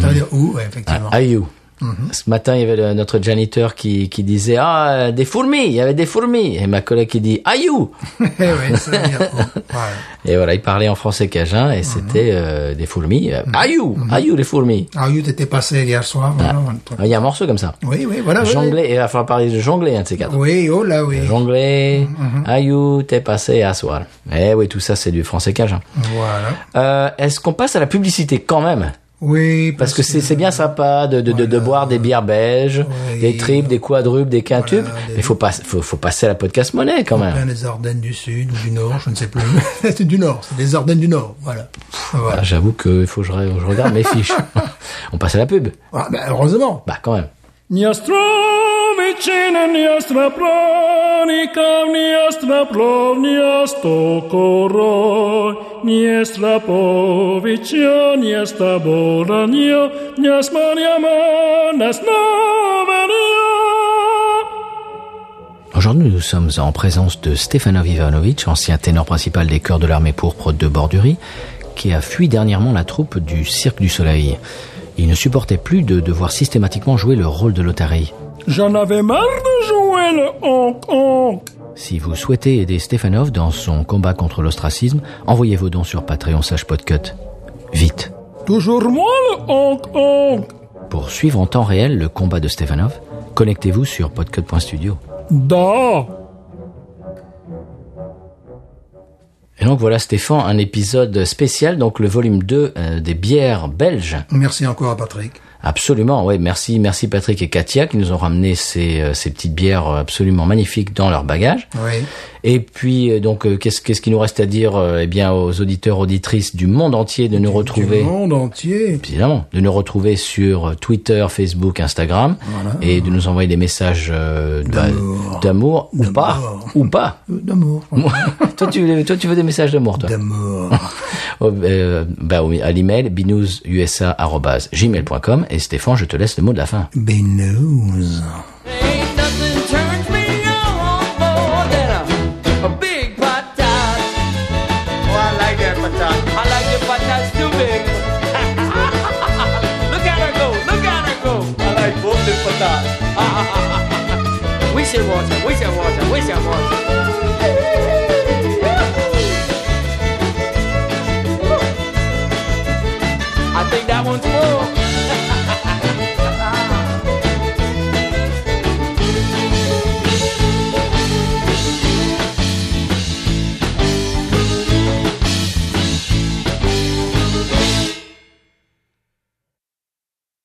Ça veut dire où, ouais, Ah, effectivement. Are you? Mm-hmm. Ce matin, il y avait le- notre janiteur qui, qui disait Ah, euh, des fourmis, il y avait des fourmis. Et ma collègue qui dit Are you? Eh ouais, ça veut dire où. Ouais. Mm-hmm. Et voilà, il parlait en français cajun et c'était euh, des fourmis. Euh, Are you? Are you les fourmis? Ayou, t'étais passé hier soir. Voilà. Il y a un morceau comme ça. Oui, oui, voilà. Ah, oui, oui. Jongler, il va falloir parler de jongler, un de ces quatre. Oui, Mm-hmm. oh là, oui. Jongler, Are you? T'es passé à soir. Eh oui, tout ça, c'est du français cajun. Voilà. Euh, Est-ce qu'on passe à la publicité quand même? Oui, Parce que c'est c'est bien sympa de, de, de, de boire des bières belges, Oui. des triples, des quadruples, des quintuples. Voilà, des- Mais faut pas, faut, faut passer à la podcast monnaie quand Plein même. des Ardennes du Sud ou du Nord, je ne sais plus. c'est du Nord, c'est des Ardennes du Nord, voilà. Ah, voilà. J'avoue que il faut que je, re- je regarde mes fiches. On passe à la pub. Ah, ben, heureusement. Bah quand même. Nostro vicina, nostra pronica, nostra plovnia, sto coro, nostra povicia, nostra borania, nostra manas novenia. Aujourd'hui, nous sommes en présence de Stefanov Ivanovic, ancien ténor principal des chœurs de l'armée pourpre de Bordurie, qui a fui dernièrement la troupe du Cirque du Soleil. Il ne supportait plus de devoir systématiquement jouer le rôle de l'otarie. J'en avais marre de jouer le honk honk. Si vous souhaitez aider Stefanov dans son combat contre l'ostracisme, envoyez vos dons sur Patreon slash Podcut. Vite. Toujours moi le honk honk. Pour suivre en temps réel le combat de Stefanov, connectez-vous sur podcut.studio. Da. Et donc voilà Stéphane, un épisode spécial, donc le volume 2 euh, des bières belges. Merci encore à Patrick. Absolument, ouais, merci, merci Patrick et Katia qui nous ont ramené ces, euh, ces petites bières euh, absolument magnifiques dans leur bagage. Oui. Et puis euh, donc euh, qu'est-ce qu'est-ce qu'il nous reste à dire euh, eh bien aux auditeurs auditrices du monde entier de nous retrouver Du monde entier. évidemment, de nous retrouver sur Twitter, Facebook, Instagram, et de nous envoyer des messages euh, bah, d'amour ou pas, ou pas. Euh, D'amour. toi, tu veux, toi, tu veux des messages d'amour, toi. D'amour. Oh, euh, bah, oui, à l'email binoususa@gmail.com et Stéphane, je te laisse le mot de la fin. Benose. Ain't nothing turns me on more than a, a big patat. Oh, I like that patat. I like the patats too big. look at her go, look at her go. I like both the patats. we should watch her, we should watch her, we should watch her.